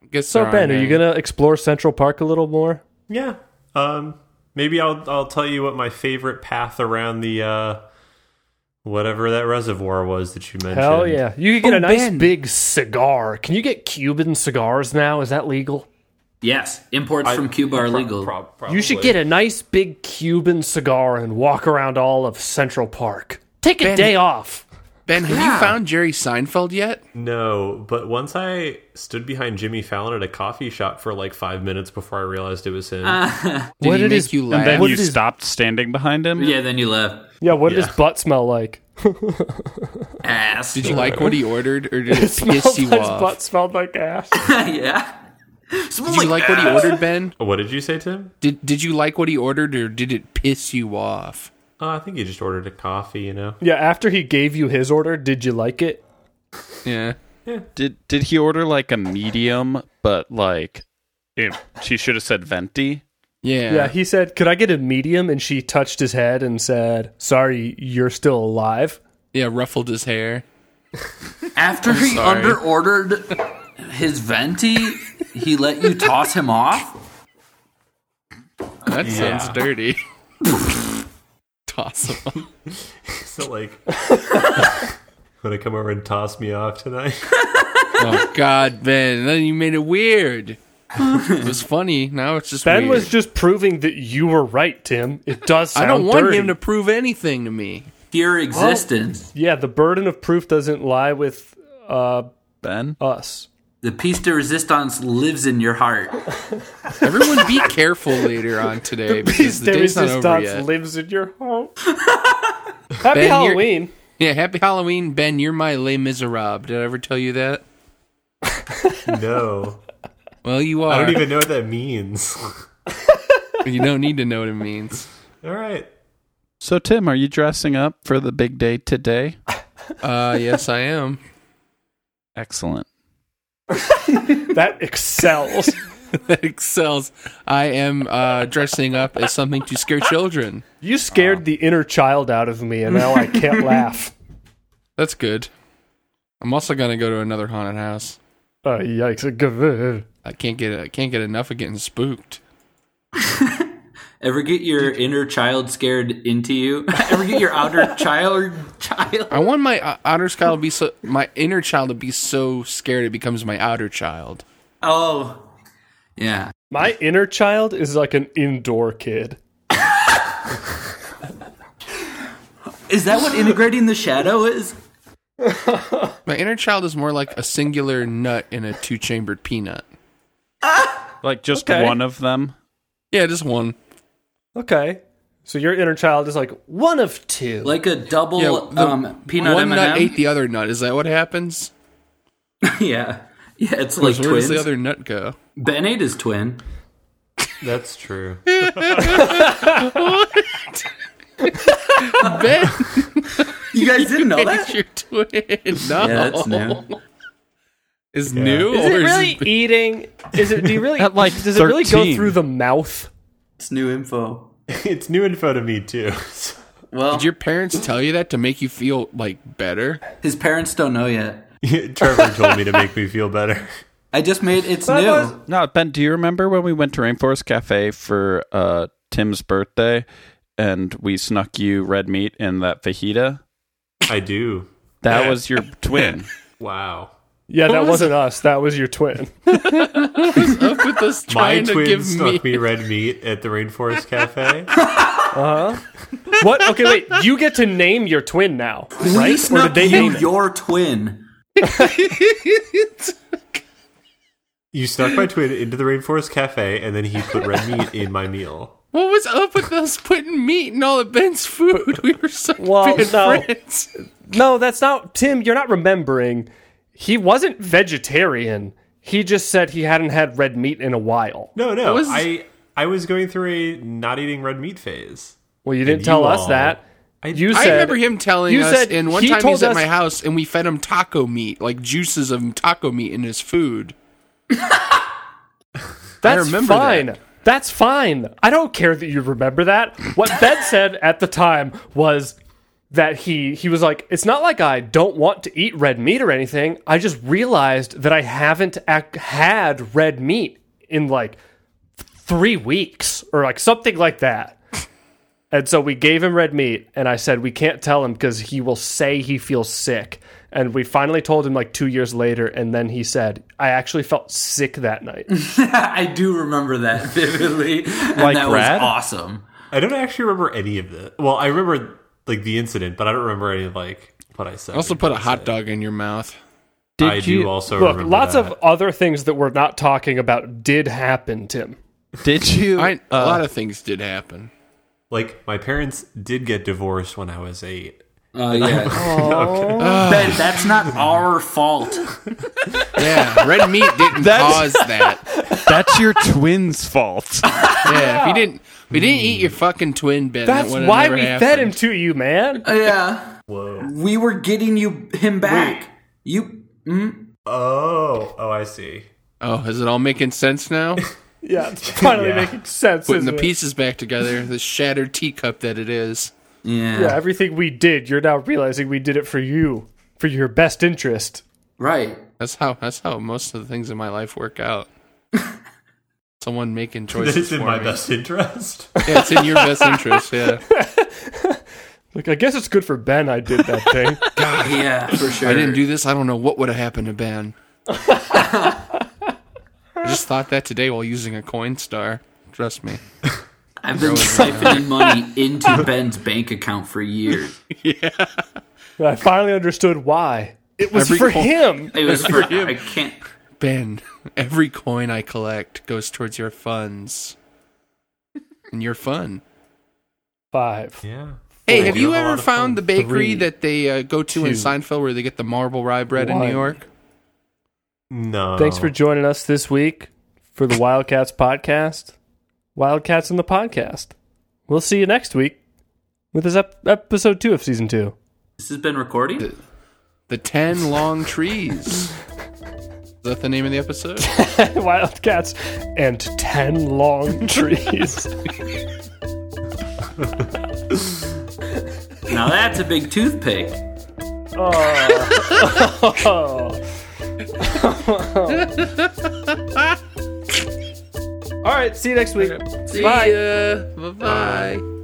[SPEAKER 5] I guess
[SPEAKER 6] So
[SPEAKER 5] there
[SPEAKER 6] Ben,
[SPEAKER 5] aren't
[SPEAKER 6] are you
[SPEAKER 5] any.
[SPEAKER 6] gonna explore Central Park a little more?
[SPEAKER 7] Yeah. Um. Maybe I'll I'll tell you what my favorite path around the uh, whatever that reservoir was that you mentioned.
[SPEAKER 6] Hell yeah! You could get
[SPEAKER 7] Oh,
[SPEAKER 6] a nice
[SPEAKER 7] Ben.
[SPEAKER 6] big cigar. Can you get Cuban cigars now? Is that legal?
[SPEAKER 4] Yes, imports from Cuba are legal.
[SPEAKER 6] You should get a nice big Cuban cigar and walk around all of Central Park. Take a
[SPEAKER 5] Ben.
[SPEAKER 6] day off.
[SPEAKER 5] Ben, have you
[SPEAKER 12] Yeah.
[SPEAKER 5] found Jerry Seinfeld yet?
[SPEAKER 19] No, but once I stood behind Jimmy Fallon at a coffee shop for like five minutes before I realized it was him.
[SPEAKER 5] Ah. Did What he did make his- you laugh?
[SPEAKER 3] And then
[SPEAKER 5] What
[SPEAKER 3] you
[SPEAKER 5] did his-
[SPEAKER 3] stopped standing behind him.
[SPEAKER 4] Yeah, then you left.
[SPEAKER 6] Yeah, what does butt smell like?
[SPEAKER 4] Ass.
[SPEAKER 5] Did you like what he ordered, or did
[SPEAKER 6] It
[SPEAKER 5] it piss
[SPEAKER 6] smelled,
[SPEAKER 5] you
[SPEAKER 6] his
[SPEAKER 5] off?
[SPEAKER 6] butt smelled like ass.
[SPEAKER 4] yeah.
[SPEAKER 5] Did
[SPEAKER 4] Oh
[SPEAKER 5] you like what he ordered, Ben?
[SPEAKER 19] What did you say, Tim?
[SPEAKER 5] Did Did you like what he ordered, or did it piss you off?
[SPEAKER 19] Oh, I think he just ordered a coffee, you know?
[SPEAKER 6] Yeah, after he gave you his order, did you like it?
[SPEAKER 5] Yeah.
[SPEAKER 3] Did Did he order like a medium, but like it, she should have said venti?
[SPEAKER 5] Yeah.
[SPEAKER 6] Yeah, he said, "Could I get a medium?" And she touched his head and said, "Sorry, you're still alive."
[SPEAKER 5] Yeah, ruffled his hair.
[SPEAKER 4] After
[SPEAKER 6] I'm
[SPEAKER 4] he
[SPEAKER 6] sorry.
[SPEAKER 4] under ordered his venti, he let you toss him off.
[SPEAKER 5] That
[SPEAKER 4] Yeah.
[SPEAKER 5] sounds dirty. Toss him.
[SPEAKER 19] so like, gonna come over and toss me off tonight.
[SPEAKER 5] oh God, Ben! Then you made it weird. It was funny. Now it's just
[SPEAKER 6] Ben
[SPEAKER 5] weird.
[SPEAKER 6] was just proving that you were right, Tim. It does. Sound
[SPEAKER 5] I don't want
[SPEAKER 6] dirty.
[SPEAKER 5] him to prove anything to me.
[SPEAKER 4] Your existence.
[SPEAKER 6] Yeah, the burden of proof doesn't lie with uh,
[SPEAKER 3] Ben
[SPEAKER 6] us.
[SPEAKER 4] The piece de resistance lives in your heart.
[SPEAKER 5] Everyone be careful later on today because
[SPEAKER 6] Peace
[SPEAKER 5] the
[SPEAKER 6] de
[SPEAKER 5] day's not over
[SPEAKER 6] resistance
[SPEAKER 5] yet.
[SPEAKER 6] lives in your heart. Happy
[SPEAKER 5] Ben, you're-
[SPEAKER 6] Halloween.
[SPEAKER 5] Yeah, happy Halloween, Ben. You're my Les Miserables. Did I ever tell you that?
[SPEAKER 19] no.
[SPEAKER 5] Well, you are.
[SPEAKER 19] I don't even know what that means.
[SPEAKER 5] You don't need to know what it means.
[SPEAKER 19] All right.
[SPEAKER 3] So Tim, are you dressing up for the big day today?
[SPEAKER 5] Uh, yes, I am.
[SPEAKER 3] Excellent.
[SPEAKER 6] That excels.
[SPEAKER 5] that excels. I am uh, dressing up as something to scare children.
[SPEAKER 6] You
[SPEAKER 5] Oh.
[SPEAKER 6] scared the inner child out of me, and now I can't laugh.
[SPEAKER 5] That's good. I'm also gonna go to another haunted house.
[SPEAKER 6] Oh yikes!
[SPEAKER 5] I can't get I can't get enough of getting spooked.
[SPEAKER 4] Ever get your inner child scared into you? Ever get your outer child child?
[SPEAKER 5] I want my uh, outer child to be so my inner child to be so scared it becomes my outer child.
[SPEAKER 4] Oh, yeah.
[SPEAKER 6] My inner child is like an indoor kid.
[SPEAKER 4] Is that what integrating the shadow is?
[SPEAKER 5] My inner child is more like a singular nut in a two chambered peanut.
[SPEAKER 3] Like just
[SPEAKER 6] Okay.
[SPEAKER 3] one of them.
[SPEAKER 5] Yeah, just one.
[SPEAKER 6] Okay. So your inner child is like one of two.
[SPEAKER 4] Like a double
[SPEAKER 5] Yeah, the
[SPEAKER 4] um, peanut
[SPEAKER 5] one nut
[SPEAKER 4] M&M?
[SPEAKER 5] ate the other nut. Is that what happens?
[SPEAKER 4] yeah. Yeah, it's
[SPEAKER 5] Where
[SPEAKER 4] like
[SPEAKER 5] does- where does
[SPEAKER 4] twins.
[SPEAKER 5] the other nut go?
[SPEAKER 4] Ben ate his twin.
[SPEAKER 19] That's true.
[SPEAKER 5] What? ben,
[SPEAKER 4] you guys didn't know
[SPEAKER 5] ate
[SPEAKER 4] that?
[SPEAKER 5] Your twin. No,
[SPEAKER 4] Yeah, that's new.
[SPEAKER 5] Is new
[SPEAKER 6] Is
[SPEAKER 5] or
[SPEAKER 6] it
[SPEAKER 5] is
[SPEAKER 6] really
[SPEAKER 5] it-
[SPEAKER 6] eating? Is it? Do you really?
[SPEAKER 3] At like
[SPEAKER 6] does it really go
[SPEAKER 3] 13.
[SPEAKER 6] through the mouth?
[SPEAKER 4] It's new info.
[SPEAKER 19] it's new info to me too.
[SPEAKER 4] Well,
[SPEAKER 5] Did your parents tell you that to make you feel like better?
[SPEAKER 4] His parents don't know yet.
[SPEAKER 19] Trevor told me to make me feel better.
[SPEAKER 4] I just made it's new.
[SPEAKER 3] No, Ben, do you remember when we went to Rainforest Cafe for uh, Tim's birthday and we snuck you red meat in that fajita?
[SPEAKER 19] I do.
[SPEAKER 3] That was your twin.
[SPEAKER 19] Wow.
[SPEAKER 6] Yeah,
[SPEAKER 3] What
[SPEAKER 6] that
[SPEAKER 3] was
[SPEAKER 6] wasn't us. That was your twin.
[SPEAKER 5] up with us
[SPEAKER 19] My
[SPEAKER 5] trying to
[SPEAKER 19] twin
[SPEAKER 5] give me?
[SPEAKER 19] snuck me red meat at the Rainforest Cafe.
[SPEAKER 6] Uh huh. What? Okay, wait. You get to name your twin now, right? or did they name it?
[SPEAKER 4] your twin?
[SPEAKER 19] You snuck my twin into the Rainforest Cafe, and then he put red meat in my meal.
[SPEAKER 5] What was up with us putting meat in all of Ben's food? We were so
[SPEAKER 6] Well,
[SPEAKER 5] good
[SPEAKER 6] no.
[SPEAKER 5] friends.
[SPEAKER 6] No, that's not Tim. You're not remembering. He wasn't vegetarian. He just said he hadn't had red meat in a while.
[SPEAKER 19] No, no,
[SPEAKER 6] Was-
[SPEAKER 19] I I was going through a not eating red meat phase.
[SPEAKER 6] Well, you didn't
[SPEAKER 19] And
[SPEAKER 6] tell
[SPEAKER 19] you
[SPEAKER 6] us
[SPEAKER 19] all-
[SPEAKER 6] that. you
[SPEAKER 5] I
[SPEAKER 6] said-
[SPEAKER 5] remember him telling
[SPEAKER 6] you
[SPEAKER 5] us,
[SPEAKER 6] said
[SPEAKER 5] and one
[SPEAKER 6] he
[SPEAKER 5] time he was
[SPEAKER 6] told
[SPEAKER 5] at my
[SPEAKER 6] us-
[SPEAKER 5] house, and we fed him taco meat, like juices of taco meat in his food.
[SPEAKER 6] That's
[SPEAKER 5] remember that.
[SPEAKER 6] fine. That's fine. I don't care that you remember that. What Ben said at the time was that he he was like, it's not like I don't want to eat red meat or anything. I just realized that I haven't ac- had red meat in like th- three weeks or like something like that. And so we gave him red meat, and I said we can't tell him because he will say he feels sick. And we finally told him like two years later, and then he said, "I actually felt sick that night."
[SPEAKER 4] I do remember that vividly. And
[SPEAKER 6] Like
[SPEAKER 4] that was
[SPEAKER 6] Brad?
[SPEAKER 4] awesome.
[SPEAKER 19] I don't actually remember any of the. Well, I remember like the incident, but I don't remember any like what I said.
[SPEAKER 5] also put a hot dog in your mouth.
[SPEAKER 19] Did I do you- also
[SPEAKER 6] Look, lots of other things that we're not talking about did happen, Tim.
[SPEAKER 3] Did
[SPEAKER 5] you? I,
[SPEAKER 6] Uh,
[SPEAKER 5] a lot of things did happen.
[SPEAKER 19] Like my parents did get divorced when I was eight.
[SPEAKER 4] Oh
[SPEAKER 19] And
[SPEAKER 4] yeah,
[SPEAKER 19] I'm- Okay.
[SPEAKER 4] Ben, that's not our fault.
[SPEAKER 5] Yeah, red meat didn't
[SPEAKER 3] That's-
[SPEAKER 5] cause that.
[SPEAKER 3] That's your twin's fault.
[SPEAKER 5] Yeah, if you didn't, if you didn't eat your fucking twin, Ben.
[SPEAKER 6] That's
[SPEAKER 5] that would've
[SPEAKER 6] why
[SPEAKER 5] never
[SPEAKER 6] we
[SPEAKER 5] happened.
[SPEAKER 6] fed him to you, man.
[SPEAKER 4] yeah.
[SPEAKER 19] Whoa.
[SPEAKER 4] We were getting you him back. You. Mm?
[SPEAKER 19] Oh, oh, I see.
[SPEAKER 5] Oh, is it all making sense now?
[SPEAKER 6] Yeah, it's finally
[SPEAKER 5] Yeah.
[SPEAKER 6] making sense.
[SPEAKER 5] Putting the
[SPEAKER 6] isn't it?
[SPEAKER 5] pieces back together, the shattered teacup that it is.
[SPEAKER 6] Yeah. everything we did, you're now realizing we did it for you, for your best interest.
[SPEAKER 4] Right.
[SPEAKER 5] That's how. That's how most of the things in my life work out. Someone making choices.
[SPEAKER 19] It's in
[SPEAKER 5] for
[SPEAKER 19] my
[SPEAKER 5] me.
[SPEAKER 19] best interest.
[SPEAKER 5] Yeah, it's in your best interest. Yeah.
[SPEAKER 6] Look, I guess it's good for Ben I did that thing.
[SPEAKER 5] God,
[SPEAKER 4] yeah, for sure.
[SPEAKER 5] I didn't do this. I don't know what would have happened to Ben. I just thought that today while using a coin star. Trust me.
[SPEAKER 4] I've been siphoning money into Ben's bank account for years.
[SPEAKER 6] I finally understood why. It was
[SPEAKER 5] Every
[SPEAKER 6] for
[SPEAKER 5] col-
[SPEAKER 6] him.
[SPEAKER 4] It was for I can't.
[SPEAKER 5] Ben, every coin I collect goes towards your funds. And your fun.
[SPEAKER 6] Five.
[SPEAKER 19] Yeah.
[SPEAKER 5] Hey,
[SPEAKER 19] Four.
[SPEAKER 5] have
[SPEAKER 19] We
[SPEAKER 5] you
[SPEAKER 19] have a
[SPEAKER 5] ever
[SPEAKER 19] lot of
[SPEAKER 5] found the
[SPEAKER 19] fun.
[SPEAKER 5] bakery
[SPEAKER 19] Three,
[SPEAKER 5] that they uh, go to in
[SPEAKER 19] two,
[SPEAKER 5] Seinfeld where they get the marble rye bread in
[SPEAKER 6] one.
[SPEAKER 5] New York?
[SPEAKER 19] No.
[SPEAKER 6] Thanks
[SPEAKER 5] Oh.
[SPEAKER 6] for joining us this week for the Wildcats podcast. Wildcats in the podcast. We'll see you next week with this ep- episode two of season two.
[SPEAKER 4] This has been recording.
[SPEAKER 5] The Ten Long Trees. Is that the name of the episode?
[SPEAKER 6] Wildcats and ten long trees.
[SPEAKER 4] Now that's a big toothpick.
[SPEAKER 6] All right, see you next week.
[SPEAKER 5] See
[SPEAKER 6] Bye.
[SPEAKER 5] ya. Bye-bye.